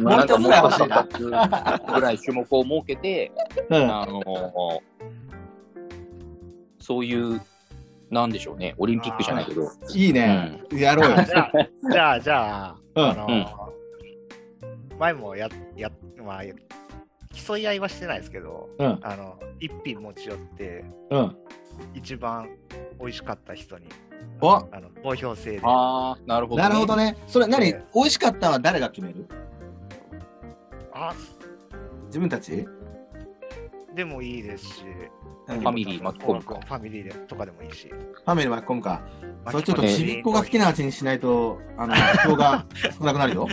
[SPEAKER 4] まあなんかもう
[SPEAKER 3] もう一つぐらい
[SPEAKER 4] 片方ぐらい種目を設けて
[SPEAKER 3] うん。
[SPEAKER 4] あのそういうなんでしょうねオリンピックじゃないけど
[SPEAKER 3] いいね。やろうよ。
[SPEAKER 5] じゃあ、じゃあ、じゃあ、
[SPEAKER 3] うん
[SPEAKER 5] あのー前もや、や、まあ、競い合いはしてないですけど、
[SPEAKER 3] うん
[SPEAKER 5] あの一品持ち寄って、
[SPEAKER 3] うん。
[SPEAKER 5] 一番美味しかった人に
[SPEAKER 3] お
[SPEAKER 5] あの投票制で、あ
[SPEAKER 4] ああ、なるほど、
[SPEAKER 3] なるほど
[SPEAKER 4] ね。
[SPEAKER 3] ね。それ何、
[SPEAKER 5] ええ
[SPEAKER 3] 美味しかったのは誰が決める自分たち
[SPEAKER 5] でもいいですし、
[SPEAKER 3] うん
[SPEAKER 4] ファミリー巻き込むか
[SPEAKER 5] ファミリーでとかでもいいし、
[SPEAKER 3] ファミリー巻き込むか。それちょっと
[SPEAKER 4] ね
[SPEAKER 3] ちびっこが好きな味にしないと、あ の、票が少なくなるよ。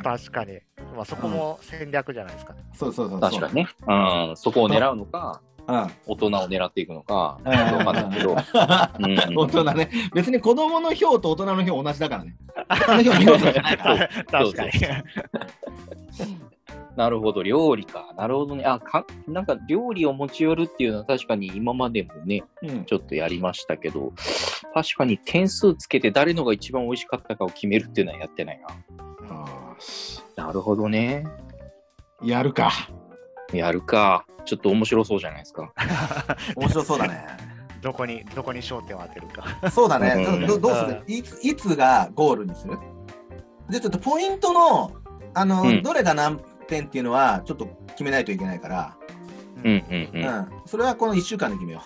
[SPEAKER 5] 確かに、まあ、そこも戦略じゃないですか。
[SPEAKER 3] そうそうそうそう。
[SPEAKER 4] 確かにね。うん、そこを狙うのか、
[SPEAKER 3] うん。
[SPEAKER 4] 大人を狙っていくのか、
[SPEAKER 3] うん
[SPEAKER 4] どうかだけど。うん
[SPEAKER 3] 大人ね。別に子供の票と大人の票同じだからね。 大人の票2票とかじゃないから。
[SPEAKER 5] 確かに。
[SPEAKER 4] なるほど、料理か。なるほどね。あか、なんか料理を持ち寄るっていうのは確かに今までもね、
[SPEAKER 3] うん
[SPEAKER 4] ちょっとやりましたけど、確かに点数つけて誰のが一番美味しかったかを決めるっていうのはやってない
[SPEAKER 3] あー
[SPEAKER 4] な。なるほどね。
[SPEAKER 3] やるか。
[SPEAKER 4] やるか。ちょっと面白そうじゃないですか。
[SPEAKER 3] 面白そうだね。
[SPEAKER 5] どこに、どこに焦点を当てるか。
[SPEAKER 3] そうだね。
[SPEAKER 4] うん
[SPEAKER 3] どどうするいついつがゴールにするで、ちょっとポイントの、あの、
[SPEAKER 4] うん
[SPEAKER 3] どれが何点っていうのは、ちょっと決めないといけないから、
[SPEAKER 4] うんうんうん。
[SPEAKER 3] うん。それはこの1週間で決めよ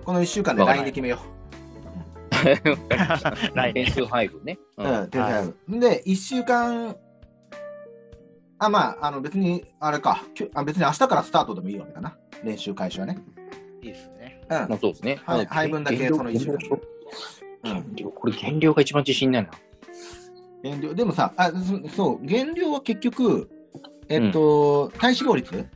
[SPEAKER 3] う。この1週間で
[SPEAKER 4] わかり
[SPEAKER 3] LINE で決めよ
[SPEAKER 5] 来
[SPEAKER 4] 点
[SPEAKER 5] 年。
[SPEAKER 4] 数配分ね。
[SPEAKER 3] う。
[SPEAKER 4] う
[SPEAKER 3] うんん。手伝うで、1週間、あ、まあ、あの、別に、あれか、きゅあ別に明日からスタートでもいいわけだな。練習開始はね。
[SPEAKER 5] いいですね。
[SPEAKER 3] う
[SPEAKER 4] まあ
[SPEAKER 3] ん。
[SPEAKER 4] そうですね。
[SPEAKER 3] はい
[SPEAKER 4] あの
[SPEAKER 3] 配分だけ
[SPEAKER 4] 減量
[SPEAKER 3] その一週間
[SPEAKER 4] 減量
[SPEAKER 3] うん、
[SPEAKER 4] 減量これ減量が一番自信ないな。
[SPEAKER 3] 減量、でもさ、あそそう、減量は結局、えっと、体脂肪率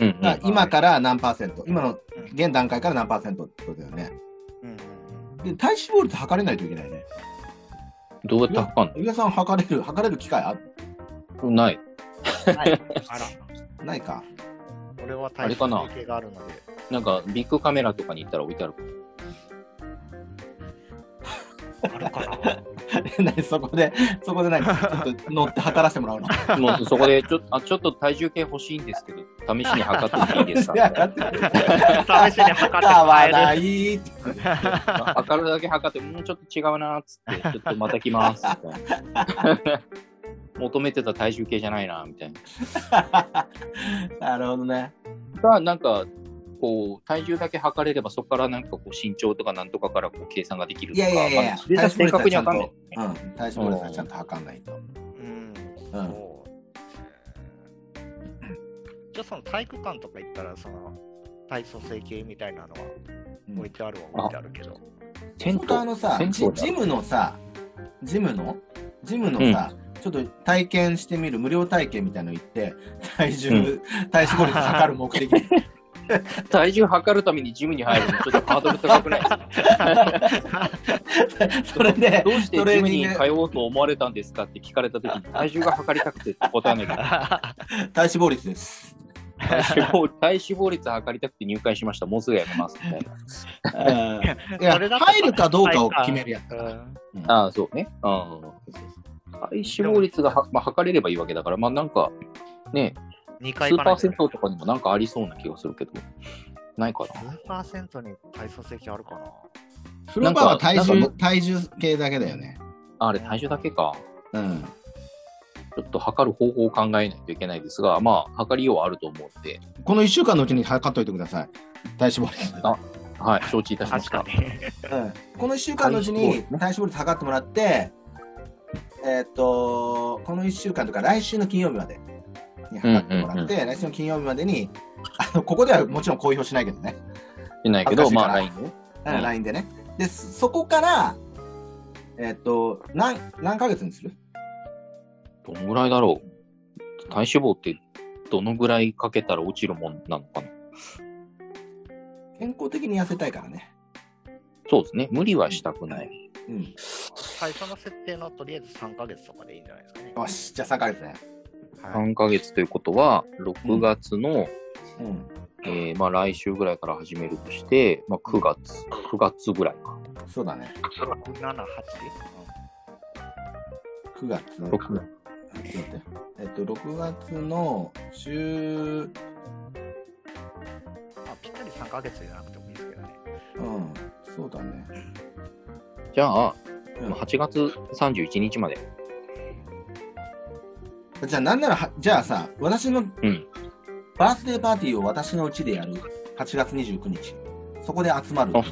[SPEAKER 4] うん、う
[SPEAKER 3] が
[SPEAKER 4] ん。
[SPEAKER 3] 今から何パーセント、今の現段階から何パーセントってことだよね。
[SPEAKER 5] うん
[SPEAKER 3] で、体脂肪率測れないといけないね。
[SPEAKER 4] どうやって測ん
[SPEAKER 3] 伊賀さん測れる、測れる機会あ
[SPEAKER 4] のない。
[SPEAKER 5] うん。はい。あら、
[SPEAKER 3] ないか。
[SPEAKER 5] 俺は体
[SPEAKER 4] あれか
[SPEAKER 5] 重
[SPEAKER 4] な
[SPEAKER 5] 計があるので、
[SPEAKER 4] なんかビッグカメラとかに行ったら置いてあるかも
[SPEAKER 5] あるかな。
[SPEAKER 3] 何そこで、そこで何ちょっと乗って測らせても らうの。
[SPEAKER 4] もうそこでちょあちょっと体重計欲しいんですけど、試しに測ってもいいですか、
[SPEAKER 3] いや、だって、
[SPEAKER 5] 試しに測って
[SPEAKER 3] あわ
[SPEAKER 5] 変え
[SPEAKER 3] な
[SPEAKER 5] る。
[SPEAKER 3] い。
[SPEAKER 4] 測るだけ測って、もうんちょっと違うなーっつって、ちょっとまた来ますみたいな求めてた体重計じゃないなーみたいな。
[SPEAKER 3] なるほどね。
[SPEAKER 4] が、なんか、こう、体重だけ測れれば、そこからなんかこう身長とかなんとかからこう計算ができる
[SPEAKER 3] い
[SPEAKER 4] とか、
[SPEAKER 3] やいやいやい
[SPEAKER 4] ま
[SPEAKER 3] や
[SPEAKER 4] あ、データ正確にわかんない。
[SPEAKER 3] 体脂肪率はちゃんとうん、体脂肪率はちゃんと測んないと。
[SPEAKER 5] う
[SPEAKER 3] う
[SPEAKER 5] ん。
[SPEAKER 3] ん
[SPEAKER 5] そうじゃあその体育館とか行ったら、その体組成計みたいなのは
[SPEAKER 3] うん
[SPEAKER 5] 置いてあるは置いてあるけど。
[SPEAKER 4] テン
[SPEAKER 3] 本当あ
[SPEAKER 4] ト
[SPEAKER 3] のさ
[SPEAKER 4] 銭湯
[SPEAKER 3] ジ、
[SPEAKER 4] だ
[SPEAKER 3] ジムのさ、ジムの、ジムのさ、ちょっと体験してみる、無料体験みたいの行って、体重、
[SPEAKER 4] う
[SPEAKER 3] 体脂肪率測る目的。
[SPEAKER 4] 体重測るためにジムに入るの、ちょっとハードル高くないですか
[SPEAKER 3] それで
[SPEAKER 4] ど、うして
[SPEAKER 3] トレー
[SPEAKER 4] ジム
[SPEAKER 3] ニン
[SPEAKER 4] に
[SPEAKER 3] グ
[SPEAKER 4] 通おうと思われたんですかって聞かれたときに、体重が測りたくてって答えなきゃいけない
[SPEAKER 3] 体脂肪率です。
[SPEAKER 4] 体脂肪体脂肪率測りたくて入会しました、もうすぐやめますみたいな。
[SPEAKER 3] いや
[SPEAKER 5] それだと
[SPEAKER 3] 入るかどうかを決めるやつ。
[SPEAKER 5] うん
[SPEAKER 4] ああ、そうね。うん体脂肪率がは、まあ、測れればいいわけだから、まあなんか、ね、
[SPEAKER 5] 2
[SPEAKER 4] 数
[SPEAKER 5] 回行か
[SPEAKER 4] パ
[SPEAKER 5] な
[SPEAKER 4] ー
[SPEAKER 5] い
[SPEAKER 4] セ
[SPEAKER 5] と
[SPEAKER 4] ントとかにもなんかありそうな気がするけど、ないかな。
[SPEAKER 5] 数パーセントに体組成計あるかな
[SPEAKER 3] フローバーは
[SPEAKER 4] なん
[SPEAKER 3] 体
[SPEAKER 4] かなん
[SPEAKER 3] 重、
[SPEAKER 4] か
[SPEAKER 3] 体重計だけだよね。
[SPEAKER 4] ああれ、体重だけか。
[SPEAKER 3] うん。
[SPEAKER 4] ちょっと測る方法を考えないといけないですが、まあ、測りようはあると思うんで、
[SPEAKER 3] この1週間のうちに測っといてください。体脂肪率。
[SPEAKER 4] はい、承知いたしました。
[SPEAKER 5] に。
[SPEAKER 3] この1週間のうちに体脂肪率測ってもらって、えーっと、この1週間とか来週の金曜日までに測ってもらって、来週の金曜日までに、あのここではもちろん公表しないけどね、
[SPEAKER 4] しないけど、
[SPEAKER 3] 恥ずかしい
[SPEAKER 4] ま
[SPEAKER 3] か
[SPEAKER 4] あ、LINE ね。
[SPEAKER 3] らあの
[SPEAKER 4] うん
[SPEAKER 3] LINE でね。で、そこから、えーっと、何、何ヶ月にする
[SPEAKER 4] どのぐらいだろう。体脂肪ってどのぐらいかけたら落ちるもんなのかな。
[SPEAKER 3] 健康的に痩せたいからね。
[SPEAKER 4] そうですね。無理はしたくない。
[SPEAKER 3] うん。
[SPEAKER 5] 最初の設定のとりあえず3ヶ月とかでいいんじゃないですかね。
[SPEAKER 3] よし、じゃあ3ヶ月ね。
[SPEAKER 5] はい、
[SPEAKER 4] 3ヶ月ということは、6月の、
[SPEAKER 3] うん。
[SPEAKER 4] えーまあ、来週ぐらいから始めるとして、まあ、9月、9月ぐらいか。
[SPEAKER 3] そうだね。
[SPEAKER 5] 7、8?
[SPEAKER 3] 9月。
[SPEAKER 4] 6月
[SPEAKER 3] ちょっと待って。えっと、6月の週、
[SPEAKER 5] うんまあ、ぴったり3ヶ月じゃなくてもいいですけどね。
[SPEAKER 3] うん、そうだね。
[SPEAKER 4] じゃあ、
[SPEAKER 3] うん
[SPEAKER 4] まあ8月31日まで。
[SPEAKER 3] じゃあ、なんならは、じゃあさ、私の
[SPEAKER 4] うん
[SPEAKER 3] バースデーパーティーを私の家でやる。8月29日。そこで集まる。
[SPEAKER 4] あ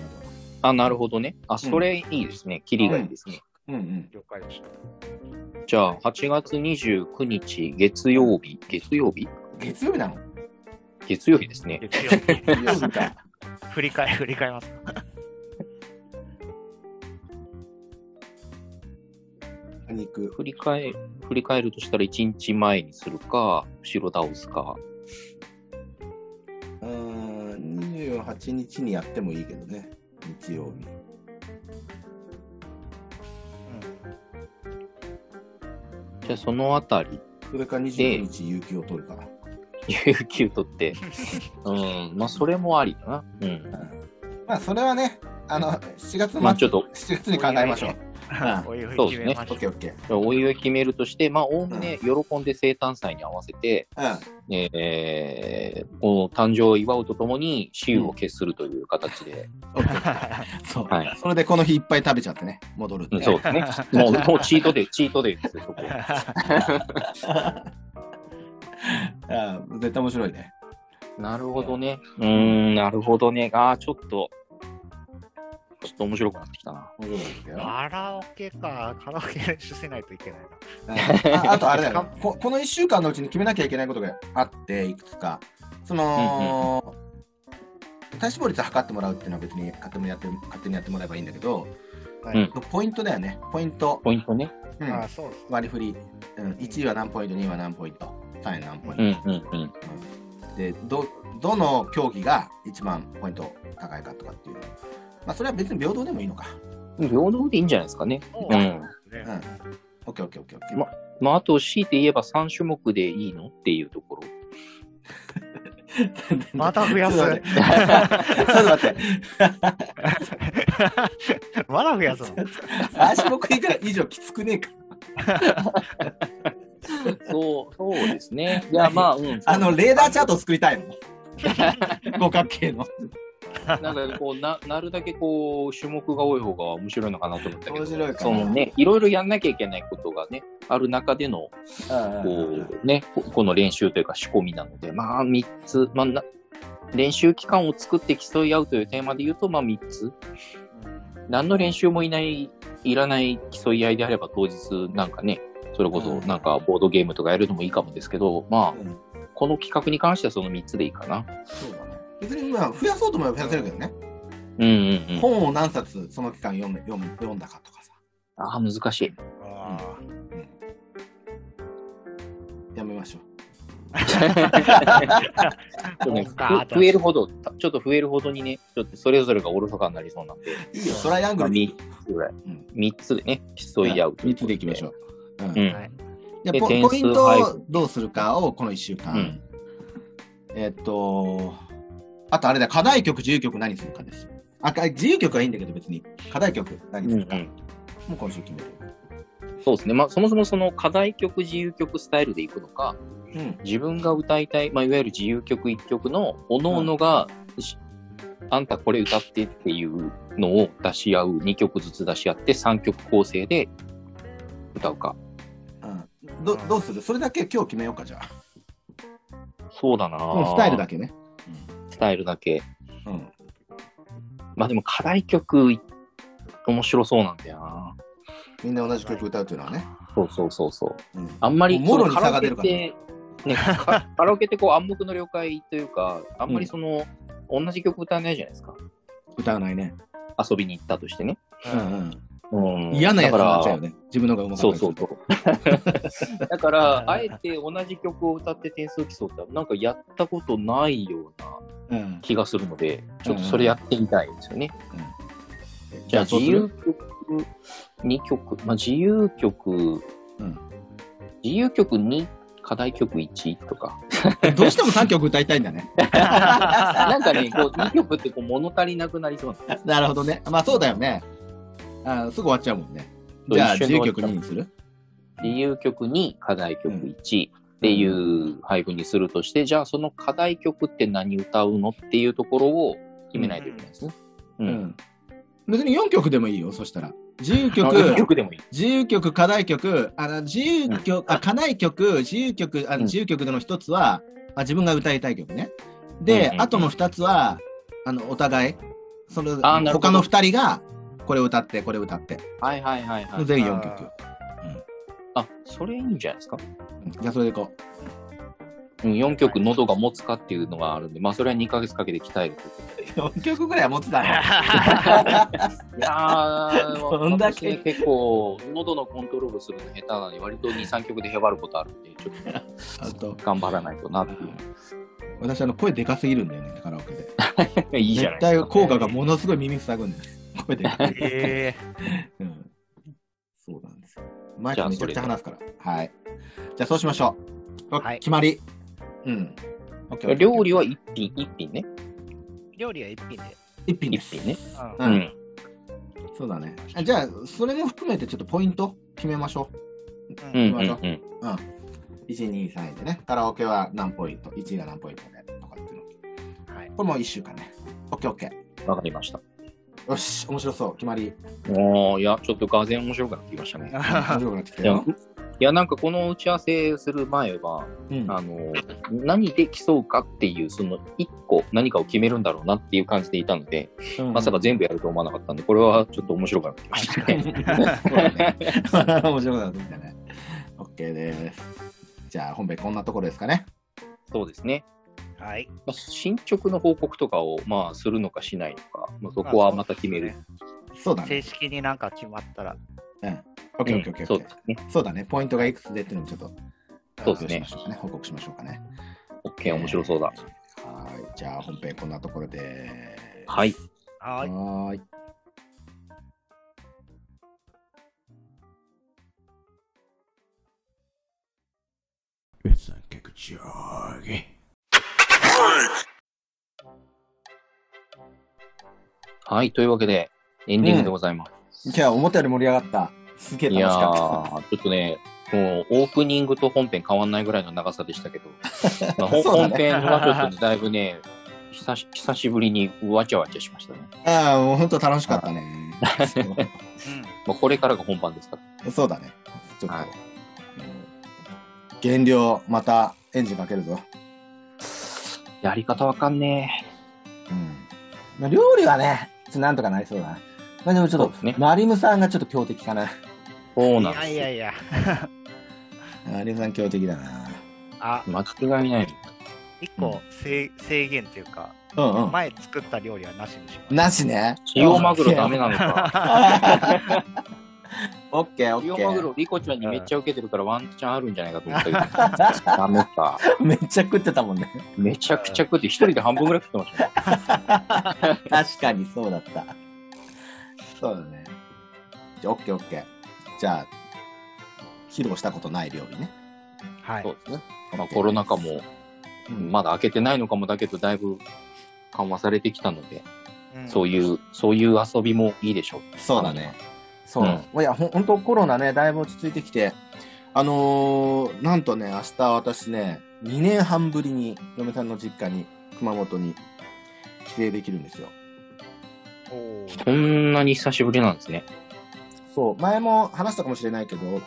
[SPEAKER 4] あ、なるほどね。あ、それいいですね。キリがいいですね。
[SPEAKER 3] うんうん。
[SPEAKER 5] 了解 でした。
[SPEAKER 4] じゃあ、8月29日、月曜日。月曜日
[SPEAKER 3] 月曜日なの
[SPEAKER 4] 月曜日ですね。
[SPEAKER 5] 月曜日
[SPEAKER 3] 月曜日か。
[SPEAKER 5] 振り返、振り返ります。
[SPEAKER 3] パニック。
[SPEAKER 4] 振り返振り返るとしたら1日前にするか、後ろ倒すか。
[SPEAKER 3] うーん、28日にやってもいいけどね。日曜日。
[SPEAKER 4] じゃあ、そのあたり
[SPEAKER 3] それか29日、有給を取るか。
[SPEAKER 4] 有給取って、うん、まあ、それもありだな。うん。
[SPEAKER 3] まあ、それはね、あの、7月末、
[SPEAKER 4] まあ、ちょっと、
[SPEAKER 3] 7月に考えましょう。うん
[SPEAKER 5] おいおい
[SPEAKER 4] そう
[SPEAKER 5] 決
[SPEAKER 4] ですね
[SPEAKER 5] めまし
[SPEAKER 3] オ
[SPEAKER 5] ょ
[SPEAKER 3] ッケーオッケー。
[SPEAKER 4] おいおい決めるとして、まあ、おおむね喜んで生誕祭に合わせて、
[SPEAKER 3] う
[SPEAKER 4] えーこの誕生を祝うとともに、私有を決するという形で、
[SPEAKER 3] ん。オッケー。
[SPEAKER 5] う。
[SPEAKER 3] そう。
[SPEAKER 4] はい
[SPEAKER 3] それでこの日いっぱい食べちゃってね、戻るって、
[SPEAKER 4] うん、そうですね。 もう、もうチートデイ、チートデイですよ、そこ。
[SPEAKER 3] あー絶対面白いね。
[SPEAKER 4] なるほどね。うーん、なるほどね。ああ、ちょっと、ちょっと面白くなってきたな。
[SPEAKER 3] 面白いですけど。あ
[SPEAKER 5] カラオケか、カラオケ練習せないといけないな。
[SPEAKER 3] あ とあれだよ、ね、ここの1週間のうちに決めなきゃいけないことがあって、いくつか。その、体脂肪率測ってもらうっていうのは別に勝手にやって勝手にやってもらえばいいんだけど、
[SPEAKER 5] は
[SPEAKER 4] うん
[SPEAKER 3] ポイントだよね、ポイント、
[SPEAKER 4] ポイントね。
[SPEAKER 3] うん
[SPEAKER 5] あ、そうですね。
[SPEAKER 3] 割り振り、うん、1位は何ポイント、2位は何ポイント、3位は何ポイン
[SPEAKER 4] う
[SPEAKER 3] ト。
[SPEAKER 4] ん、うん、うん。
[SPEAKER 3] でどどの競技が一番ポイント高いかとかっていう、まあ、それは別に平等でもいいのか。
[SPEAKER 4] 平等でいいんじゃないですかね。
[SPEAKER 5] そう
[SPEAKER 4] う
[SPEAKER 5] で
[SPEAKER 4] ん。
[SPEAKER 5] すね
[SPEAKER 3] うん。オッケーオッケーオッケーオッケー。
[SPEAKER 4] ままあ、あと、強いて言えば3種目でいいのっていうところ。
[SPEAKER 5] また増やす。
[SPEAKER 3] ちょっと待って ちょっと待って。
[SPEAKER 5] まだ増やすの
[SPEAKER 3] 三種目以下以上きつくねえか。
[SPEAKER 4] そう、そうです ね。いや、まあ、うん。
[SPEAKER 3] あの、レーダーチャート作り たいの。五角形の。
[SPEAKER 4] なんかこうな、なるだけこう、種目が多い方が面白いのかなと思ったけど、
[SPEAKER 3] 面白いかな
[SPEAKER 4] そのね、いろいろやんなきゃいけないことがね、ある中での、こう、ね、ここの練習というか仕込みなので、まあ、3つ、まあ、な練習期間を作って競い合うというテーマで言うと、まあ、3つ。何の練習もいない、いらない競い合いであれば、当日なんかね、それこそ
[SPEAKER 3] うん
[SPEAKER 4] なんかボードゲームとかやるのもいいかもですけど、ま
[SPEAKER 3] うん
[SPEAKER 4] あ、この企画に関してはその3つでいいかな。
[SPEAKER 3] そうだね。別にまあ増やそうと思えば増やせるけどね。
[SPEAKER 4] うんうんうん。
[SPEAKER 3] 本を何冊その期間読む読む読んだかとかさ。
[SPEAKER 4] ああ、難しい。
[SPEAKER 5] あー
[SPEAKER 3] やめましょう。
[SPEAKER 4] そうね
[SPEAKER 5] そうか
[SPEAKER 4] ふ増えるほど、たちょっと増えるほどにね、ちょっとそれぞれがおろそかになりそうなんで、
[SPEAKER 3] いいよ、トライアング
[SPEAKER 4] まあ、
[SPEAKER 3] ル。
[SPEAKER 4] 3つぐらい、
[SPEAKER 3] うん
[SPEAKER 4] 3つでね、競い合う。
[SPEAKER 3] 三つでいきましょう。うん
[SPEAKER 4] う
[SPEAKER 3] じ
[SPEAKER 4] ん。
[SPEAKER 5] はい
[SPEAKER 3] ゃあ
[SPEAKER 4] で
[SPEAKER 3] ポ
[SPEAKER 4] 点数
[SPEAKER 3] ポイントをどうするかをこの1週間。
[SPEAKER 4] うん
[SPEAKER 3] えっと、あとあれだ、課題曲、自由曲何するかです。あ、か自由曲はいいんだけど別に、課題曲何
[SPEAKER 4] うん
[SPEAKER 3] す
[SPEAKER 4] う
[SPEAKER 3] るか。
[SPEAKER 4] ん、
[SPEAKER 3] もう今週決める。
[SPEAKER 4] そうですね、まあ、そもそもその課題曲、自由曲スタイルでいくのか、
[SPEAKER 3] うん。
[SPEAKER 4] 自分が歌いたい、まあ、いわゆる自由曲1曲の、おのおのが、しあんたこれ歌ってっていうのを出し合う、2曲ずつ出し合って、3曲構成で歌うか。
[SPEAKER 3] うんどどうするそれだけ今日決めようかじゃあ。
[SPEAKER 4] そうだなぁ
[SPEAKER 3] もうスタイルだけね。
[SPEAKER 4] スタイルだけ。
[SPEAKER 3] うん。
[SPEAKER 4] まあでも課題曲、面白そうなんだよな。
[SPEAKER 3] みんな同じ曲歌うっていうのはね。
[SPEAKER 4] そうそうそうそう。
[SPEAKER 3] うん。
[SPEAKER 4] あんまり、
[SPEAKER 3] もろに
[SPEAKER 4] その
[SPEAKER 3] 差が出るからね
[SPEAKER 4] カラオケってねかカラオケってこう暗黙の了解というか、あんまりその、同じ曲歌わないじゃないですか。
[SPEAKER 3] 歌わないね。
[SPEAKER 4] 遊びに行ったとしてね。
[SPEAKER 3] うん
[SPEAKER 4] うん
[SPEAKER 3] 嫌なやつ
[SPEAKER 4] だか
[SPEAKER 3] にな
[SPEAKER 4] ら
[SPEAKER 3] っちゃうよね。自分の方が上手か
[SPEAKER 4] そ
[SPEAKER 3] っ
[SPEAKER 4] う
[SPEAKER 3] た
[SPEAKER 4] そうそう。 だから、あえて同じ曲を歌って点数競ったら、なんかやったことないような
[SPEAKER 3] う。うん。
[SPEAKER 4] 気がするので、ちょっとそれやってみたいですよね。じゃあ、
[SPEAKER 3] そ
[SPEAKER 4] 自
[SPEAKER 3] うす
[SPEAKER 4] 由
[SPEAKER 3] る
[SPEAKER 4] 曲2曲、まあ、自由曲、
[SPEAKER 3] うん
[SPEAKER 4] 自由曲2、課題曲1と か。
[SPEAKER 3] どうしても3曲歌いたいんだね。
[SPEAKER 4] なんかね、こう2曲ってこう物足りなくなりそうな。
[SPEAKER 3] なるほどね。まあそうだよね。あすぐ終わっちゃうもんね。じゃあ
[SPEAKER 4] そう
[SPEAKER 3] 自
[SPEAKER 4] 一緒に終
[SPEAKER 3] 由
[SPEAKER 4] わっ
[SPEAKER 3] 曲
[SPEAKER 4] ちゃう
[SPEAKER 3] 2にする
[SPEAKER 4] 自由曲2、課題曲1っていう配分にするとして、じゃあその課題曲って何歌うのっていうところを決めないといけないですね。う。
[SPEAKER 3] うんん。別に4曲でもいいよ、そしたら。自由
[SPEAKER 4] あ
[SPEAKER 3] 曲、
[SPEAKER 4] 一曲でもいい。
[SPEAKER 3] 自由曲、課題曲、あの自由曲、あ課題曲、自由曲、あ
[SPEAKER 4] うん
[SPEAKER 3] 自由曲での一つは、あ自分が歌いたい曲ね。で、
[SPEAKER 4] うんうん
[SPEAKER 3] あとの二つは、あのお互い、その
[SPEAKER 4] あーなるほど
[SPEAKER 3] 他の二人が、これ歌って、これ歌って、
[SPEAKER 4] はいはいはいは
[SPEAKER 3] 全4曲。
[SPEAKER 4] あ、それいいんじゃないですか。
[SPEAKER 3] うんじゃあ、それでいこ
[SPEAKER 4] うん、4曲喉が持つかっていうのがあるんで、まあそれは2ヶ月かけて鍛えるということで。
[SPEAKER 3] う。4曲ぐらいは持つだろ。
[SPEAKER 4] いやー、
[SPEAKER 3] どんだけ
[SPEAKER 4] 私結構、喉のコントロールするの下手なのに、割と2、3曲でへばることあるんで、ちょっ
[SPEAKER 3] あと
[SPEAKER 4] と、頑張らないとなっていう。
[SPEAKER 3] 私、あの声でかすぎるんだよね、カラオケで。
[SPEAKER 4] いいじゃな
[SPEAKER 3] 絶
[SPEAKER 4] いですか、
[SPEAKER 3] 対効果がものすごい耳塞ぐんだよ。声でかすぎる。
[SPEAKER 5] え
[SPEAKER 3] う
[SPEAKER 5] ー
[SPEAKER 3] んそうなんですよ。マイ
[SPEAKER 4] じゃ
[SPEAKER 3] ク
[SPEAKER 4] あ
[SPEAKER 3] めちゃくちゃ話すから。はい。じゃあそうしましょう。
[SPEAKER 5] はい
[SPEAKER 3] 決まり。うん。
[SPEAKER 4] 料理
[SPEAKER 3] は
[SPEAKER 4] は一品、一品ね。
[SPEAKER 5] 料理は一品で。
[SPEAKER 3] 一品で
[SPEAKER 4] 一
[SPEAKER 3] す。
[SPEAKER 4] 品ね。
[SPEAKER 5] う
[SPEAKER 3] う。
[SPEAKER 4] うんん。
[SPEAKER 3] そうだね。あじゃあ、それも含めてちょっとポイント決めましょ
[SPEAKER 4] うんんうんうん。
[SPEAKER 3] う。1、2、3位でね。カラオケは何ポイント ?1 位が何ポイントでとかっていうの。
[SPEAKER 5] はい
[SPEAKER 3] これも1週間ね。オッケーオッケ
[SPEAKER 4] わかりました。
[SPEAKER 3] ー。よし、面白そう。決 まり。
[SPEAKER 4] おー、いや、ちょっとがぜ面白くなってきましたね。
[SPEAKER 3] 面白くなってきた
[SPEAKER 4] いや
[SPEAKER 3] よ。、
[SPEAKER 4] いやなんかこの打ち合わせする前は、
[SPEAKER 3] うん。
[SPEAKER 4] あの、何で競うかっていう、その一個何かを決めるんだろうなっていう感じでいたので、
[SPEAKER 3] うん
[SPEAKER 4] まさか全部やると思わなかったんで、これはちょっと面白くなってきましたね。
[SPEAKER 3] そうだね 面白くなってきたね。オッケーです。じゃあ本編こんなところですかね。
[SPEAKER 4] そうですね。
[SPEAKER 5] はい。
[SPEAKER 4] まあ、進捗の報告とかを、まあ、するのかしないのか、ま あ、そこはまた決める。
[SPEAKER 3] そうだね
[SPEAKER 5] 正。式になんか決まったら。
[SPEAKER 3] うん。オッケーオッケーオッケー。
[SPEAKER 4] そうですね。
[SPEAKER 3] そうだね。ポイントがいくつでっていうのもちょっと
[SPEAKER 4] そうですね
[SPEAKER 3] 発表しましょうかね報告しましょうかね。
[SPEAKER 4] OK、面白そうだ。
[SPEAKER 3] はい。じゃあ本編こんなところで。
[SPEAKER 4] はい。
[SPEAKER 5] は
[SPEAKER 3] は
[SPEAKER 5] ーい。
[SPEAKER 3] ーい。
[SPEAKER 2] It's a kick jog.
[SPEAKER 4] はい、というわけで、エンディングでございます。
[SPEAKER 3] じゃあ思ったより盛り上がった。すげえ
[SPEAKER 4] い
[SPEAKER 3] 楽
[SPEAKER 4] や
[SPEAKER 3] し
[SPEAKER 4] ー
[SPEAKER 3] かっ、
[SPEAKER 4] ちょっとね、もうオープニングと本編変わんないぐらいの長さでした けど、まあ、
[SPEAKER 3] そう
[SPEAKER 4] 本
[SPEAKER 3] だね
[SPEAKER 4] 本編はちょっとね、だいぶね、久し久しぶりにわちゃわちゃしましたね。
[SPEAKER 3] た。ああ、もう本当楽しかったね。
[SPEAKER 4] まあ、これからが本番ですから。
[SPEAKER 3] そうそうだね。ちょっと。
[SPEAKER 4] はい
[SPEAKER 3] うん減量、またエンジンかけるぞ。
[SPEAKER 4] やり方わかんね
[SPEAKER 3] うんまあ、料理はね、ちょっとなんとかなりそうだな。まあ、でもちょ
[SPEAKER 4] そう
[SPEAKER 3] っ
[SPEAKER 4] です
[SPEAKER 3] と、
[SPEAKER 4] ね
[SPEAKER 3] マリムさんがちょっと強敵かな。
[SPEAKER 4] え。そう
[SPEAKER 5] い
[SPEAKER 4] なん
[SPEAKER 5] や
[SPEAKER 4] で
[SPEAKER 5] い
[SPEAKER 4] す
[SPEAKER 5] や
[SPEAKER 4] よ。
[SPEAKER 5] いや。
[SPEAKER 3] マリムさん強敵だな。
[SPEAKER 5] あ、
[SPEAKER 4] 間違いない。
[SPEAKER 5] 一個制制限というか、
[SPEAKER 3] うんう
[SPEAKER 5] 前作った料理はなしにします。
[SPEAKER 3] ん。なしね。
[SPEAKER 4] 塩マグロダメなのか。
[SPEAKER 3] オッケーオッ
[SPEAKER 4] 塩
[SPEAKER 3] ケ
[SPEAKER 4] マグ
[SPEAKER 3] ー。
[SPEAKER 4] ロ、リコちゃんにめっちゃ受けてるからワンチャンあるんじゃないかと思ったけ ど、ダメか。
[SPEAKER 3] めっちゃ食ってたもんね。
[SPEAKER 4] めちゃくちゃ食って、一人で半分ぐらい食ってましたね。
[SPEAKER 3] 確かにそうだった。そうだね。じゃあ、オッケーオッケー。じゃあ、披露したことない料理ね。
[SPEAKER 5] はい
[SPEAKER 4] そ。うですね。まあ、コロナ禍も、まだ開けてないのかもだけど、だいぶ緩和されてきたので、そう
[SPEAKER 5] い
[SPEAKER 4] いう、そういう遊びもいいでしょう。
[SPEAKER 3] そうだね。そう。
[SPEAKER 4] う
[SPEAKER 3] いや、ほんほんとコロナね、だいぶ落ち着いてきて、あのーなんとね、明日私ね、2年半ぶりに嫁さんの実家に、熊本に帰省できるんですよ。
[SPEAKER 5] うん。おー
[SPEAKER 4] こんなに久しぶりなんですね。
[SPEAKER 3] そう、前も話したかもしれないけど、
[SPEAKER 4] うんう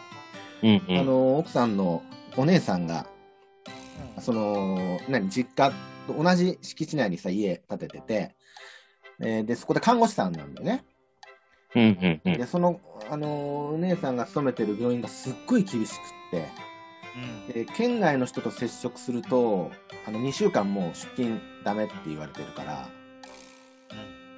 [SPEAKER 3] あ
[SPEAKER 4] ん。
[SPEAKER 3] のー奥さんのお姉さんが、
[SPEAKER 5] うん
[SPEAKER 3] その、何、実家と同じ敷地内にさ、家建ててて、えーで、そこで看護師さんなんだよね。
[SPEAKER 4] うんうんうん。
[SPEAKER 3] で、その、あのーお姉さんが勤めてる病院がすっごい厳しくって、
[SPEAKER 5] うん
[SPEAKER 3] で県外の人と接触するとあの2週間もう出勤ダメって言われてるから、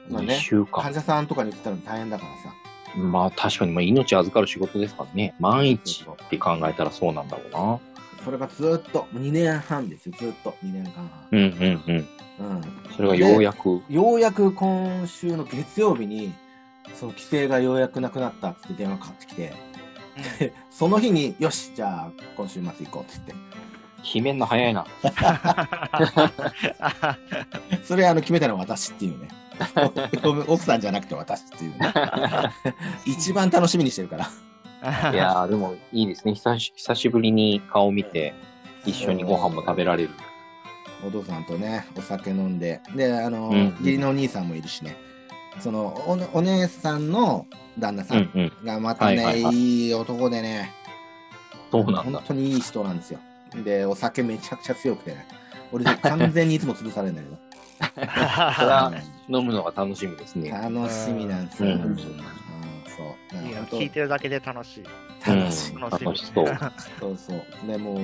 [SPEAKER 3] まあ
[SPEAKER 4] 2
[SPEAKER 3] ね、
[SPEAKER 4] 週間
[SPEAKER 3] 患。者さんとかに言ってたら大変だからさ
[SPEAKER 4] まあ確かに、まあ、命預かる仕事ですからね。万一って考えたらそうなんだろうな。
[SPEAKER 3] それがずーっと2年半ですよずーっと2年間半、
[SPEAKER 4] うんうんうん。
[SPEAKER 3] うん、
[SPEAKER 4] それがようやく。
[SPEAKER 3] でようやく今週の月曜日にその規制がようやくなくなったっつって電話かかってきてで その日によしじゃあ今週末行こうっつって
[SPEAKER 4] 決めんの早いな。
[SPEAKER 3] それあの決めたのは私っ ていうね奥さんじゃなくて私っていうね一番楽しみにしてるから
[SPEAKER 4] い や ー、でもいいですね。久し久しぶりに顔見て、一緒にご飯も食べられる。
[SPEAKER 3] お父さんとね、お酒飲んで、で、あの、
[SPEAKER 4] うんうん
[SPEAKER 3] 義理のお兄さんもいるしね、そのおお姉さんの旦那さん
[SPEAKER 4] うん。
[SPEAKER 3] がまたね、
[SPEAKER 4] はい
[SPEAKER 3] い
[SPEAKER 4] はいいはい
[SPEAKER 3] 男でね、
[SPEAKER 4] そうなんだ
[SPEAKER 3] 本。当にいい人なんですよ。で、お酒めちゃくちゃ強くてね、俺完全にいつも潰されるんだけ
[SPEAKER 4] そ
[SPEAKER 3] ど。
[SPEAKER 4] れは
[SPEAKER 3] う
[SPEAKER 4] 飲むのが楽しみですね。
[SPEAKER 3] ん楽しみなんですよ。
[SPEAKER 4] うん
[SPEAKER 3] うんそう。
[SPEAKER 5] いい
[SPEAKER 3] な
[SPEAKER 5] なん
[SPEAKER 3] か
[SPEAKER 5] 聞いてるだけで楽しい。
[SPEAKER 3] 本当楽し
[SPEAKER 4] う
[SPEAKER 3] い。
[SPEAKER 4] ん
[SPEAKER 5] 楽しい
[SPEAKER 4] 楽しそう。
[SPEAKER 3] そうそう。でもう、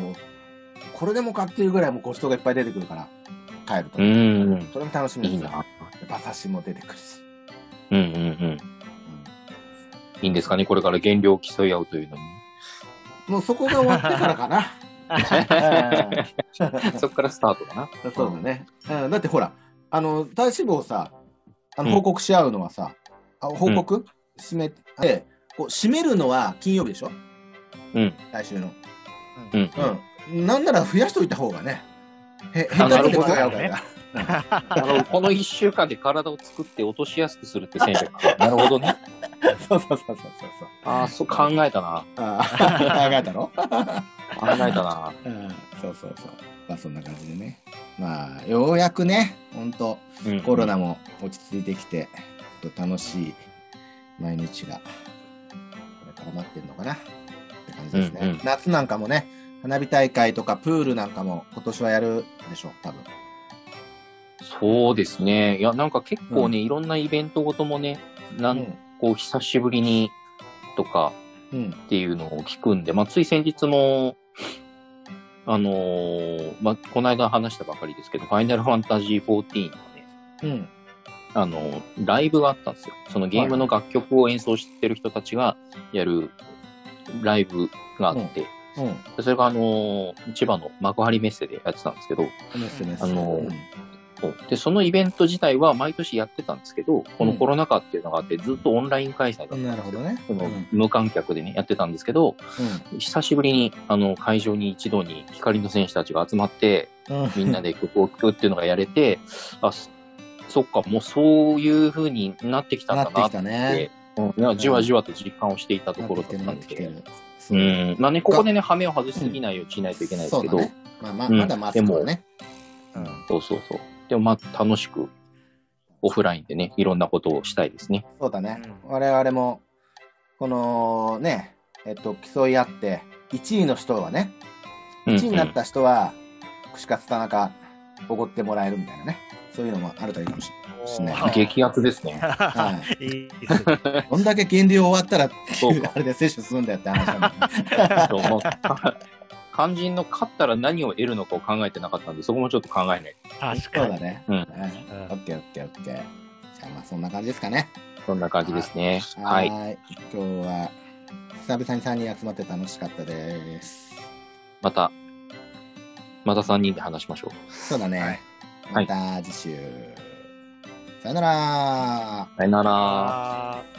[SPEAKER 3] これでもかっていうぐらいもうごちそうがいっぱい出てくるから、帰ると。
[SPEAKER 4] うん。
[SPEAKER 3] それも楽しみ
[SPEAKER 4] いい
[SPEAKER 3] ですよ。
[SPEAKER 4] な。
[SPEAKER 3] 馬刺しも出てくるし。
[SPEAKER 4] うんうんうん。
[SPEAKER 3] うん
[SPEAKER 4] いいんですかね、これから減量を競い合う というのに。
[SPEAKER 3] もうそこが終わってか らかな。
[SPEAKER 4] そこからスタートかな。
[SPEAKER 3] うんそうだね、うん。だってほら、あの体脂肪をさ、あの報告し合うのはさ、あ報告、締めて、こう締めるのは金曜日でしょ
[SPEAKER 4] うん。
[SPEAKER 3] 来週の。
[SPEAKER 4] うん。
[SPEAKER 3] うん。なんなら増やしといた方がね。へ、下手くで使うから。
[SPEAKER 4] あのこの1週間で体を作って落としやすくするって戦略 か。なるほどね。
[SPEAKER 3] そうそうそうそうそうそう。
[SPEAKER 4] ああ、そう考えたな。
[SPEAKER 3] ああ、考えたろ
[SPEAKER 4] 考えたな。
[SPEAKER 3] うん。そうそうそう。まあそんな感じでね。まあ、ようやくね、ほんと。
[SPEAKER 4] うん
[SPEAKER 3] コロナも落ち着いてきて、ちょっと楽しい毎日が、これから待ってるのかなって感じですね。
[SPEAKER 4] うんうん
[SPEAKER 3] 夏なんかもね、花火大会とかプールなんかも今年はやるでしょう、多分。
[SPEAKER 4] そうですね。いや、なんか結構ね、
[SPEAKER 3] う
[SPEAKER 4] いろんなイベントごともね、な
[SPEAKER 3] うん
[SPEAKER 4] こう、久しぶりにとか
[SPEAKER 3] うん。
[SPEAKER 4] っていうのを聞くんで、まあ、つい先日も、あのーまあ、この間話したばかりですけど、ファイナルファンタジー14のね、
[SPEAKER 3] うん。
[SPEAKER 4] あの、ライブがあったんですよ。そのゲームの楽曲を演奏してる人たちがやるライブがあって、
[SPEAKER 3] うん。
[SPEAKER 4] それがあの、千葉の幕張メッセでやってたんですけど、
[SPEAKER 3] ですね。
[SPEAKER 4] あの
[SPEAKER 3] うん
[SPEAKER 4] そうで、そのイベント自体は毎年やってたんですけど、このコロナ禍っていうのがあって、ずっとオンライン開催だったんですよ
[SPEAKER 3] なるほどね。
[SPEAKER 4] その
[SPEAKER 3] うん
[SPEAKER 4] 無観客でね、やってたんですけど、久しぶりにあの会場に一度に光の選手たちが集ま って、
[SPEAKER 3] うん。
[SPEAKER 4] みんなで曲を聴くっていうのがやれて、あ、そそっか、もうそういう風になってきたん
[SPEAKER 3] な
[SPEAKER 4] だ
[SPEAKER 3] って
[SPEAKER 4] な
[SPEAKER 3] き
[SPEAKER 4] って
[SPEAKER 3] たね。
[SPEAKER 4] うん、じわじわと実感をしていたところだったんですけど、う
[SPEAKER 3] うん。
[SPEAKER 4] ん、まあね、ここでね、羽目を外しすぎないようにしないといけないですけど、
[SPEAKER 3] そ
[SPEAKER 4] そう
[SPEAKER 3] うだね。まあまあ、まだマスクはね。うん。
[SPEAKER 4] そうそうでもまあ、楽しく、オフラインでね、いろんなことをしたいですね。
[SPEAKER 3] そうだね、
[SPEAKER 5] う
[SPEAKER 3] 我々もこのねえっと競い合って1位の人はね
[SPEAKER 4] うん
[SPEAKER 3] 1位になった人は串カツ田中おごってもらえるみたいなねそういうのもあるといいかもししない
[SPEAKER 4] うん激アツです ね。
[SPEAKER 5] いいですね。
[SPEAKER 3] れないどんだけ減量終わったら
[SPEAKER 4] そうか
[SPEAKER 3] あれで摂取するんだよって話なんだ
[SPEAKER 4] そうもうか肝心の勝ったら何を得るのかを考えてなかったんで、そこもちょっと考えない。
[SPEAKER 3] けど
[SPEAKER 5] 確
[SPEAKER 3] そう
[SPEAKER 5] か
[SPEAKER 3] だ
[SPEAKER 5] に。
[SPEAKER 3] ね
[SPEAKER 4] うん
[SPEAKER 3] オッケーオッケーオッケーじゃあまあそんな感じですかね
[SPEAKER 4] そんな感じですね。はい。
[SPEAKER 3] ーい今日は久々に3人集まって楽しかったです
[SPEAKER 4] また、また3人で話しましょう。
[SPEAKER 3] そうだね、
[SPEAKER 4] はい
[SPEAKER 3] また次週さよなら
[SPEAKER 4] さよなら。
[SPEAKER 5] あー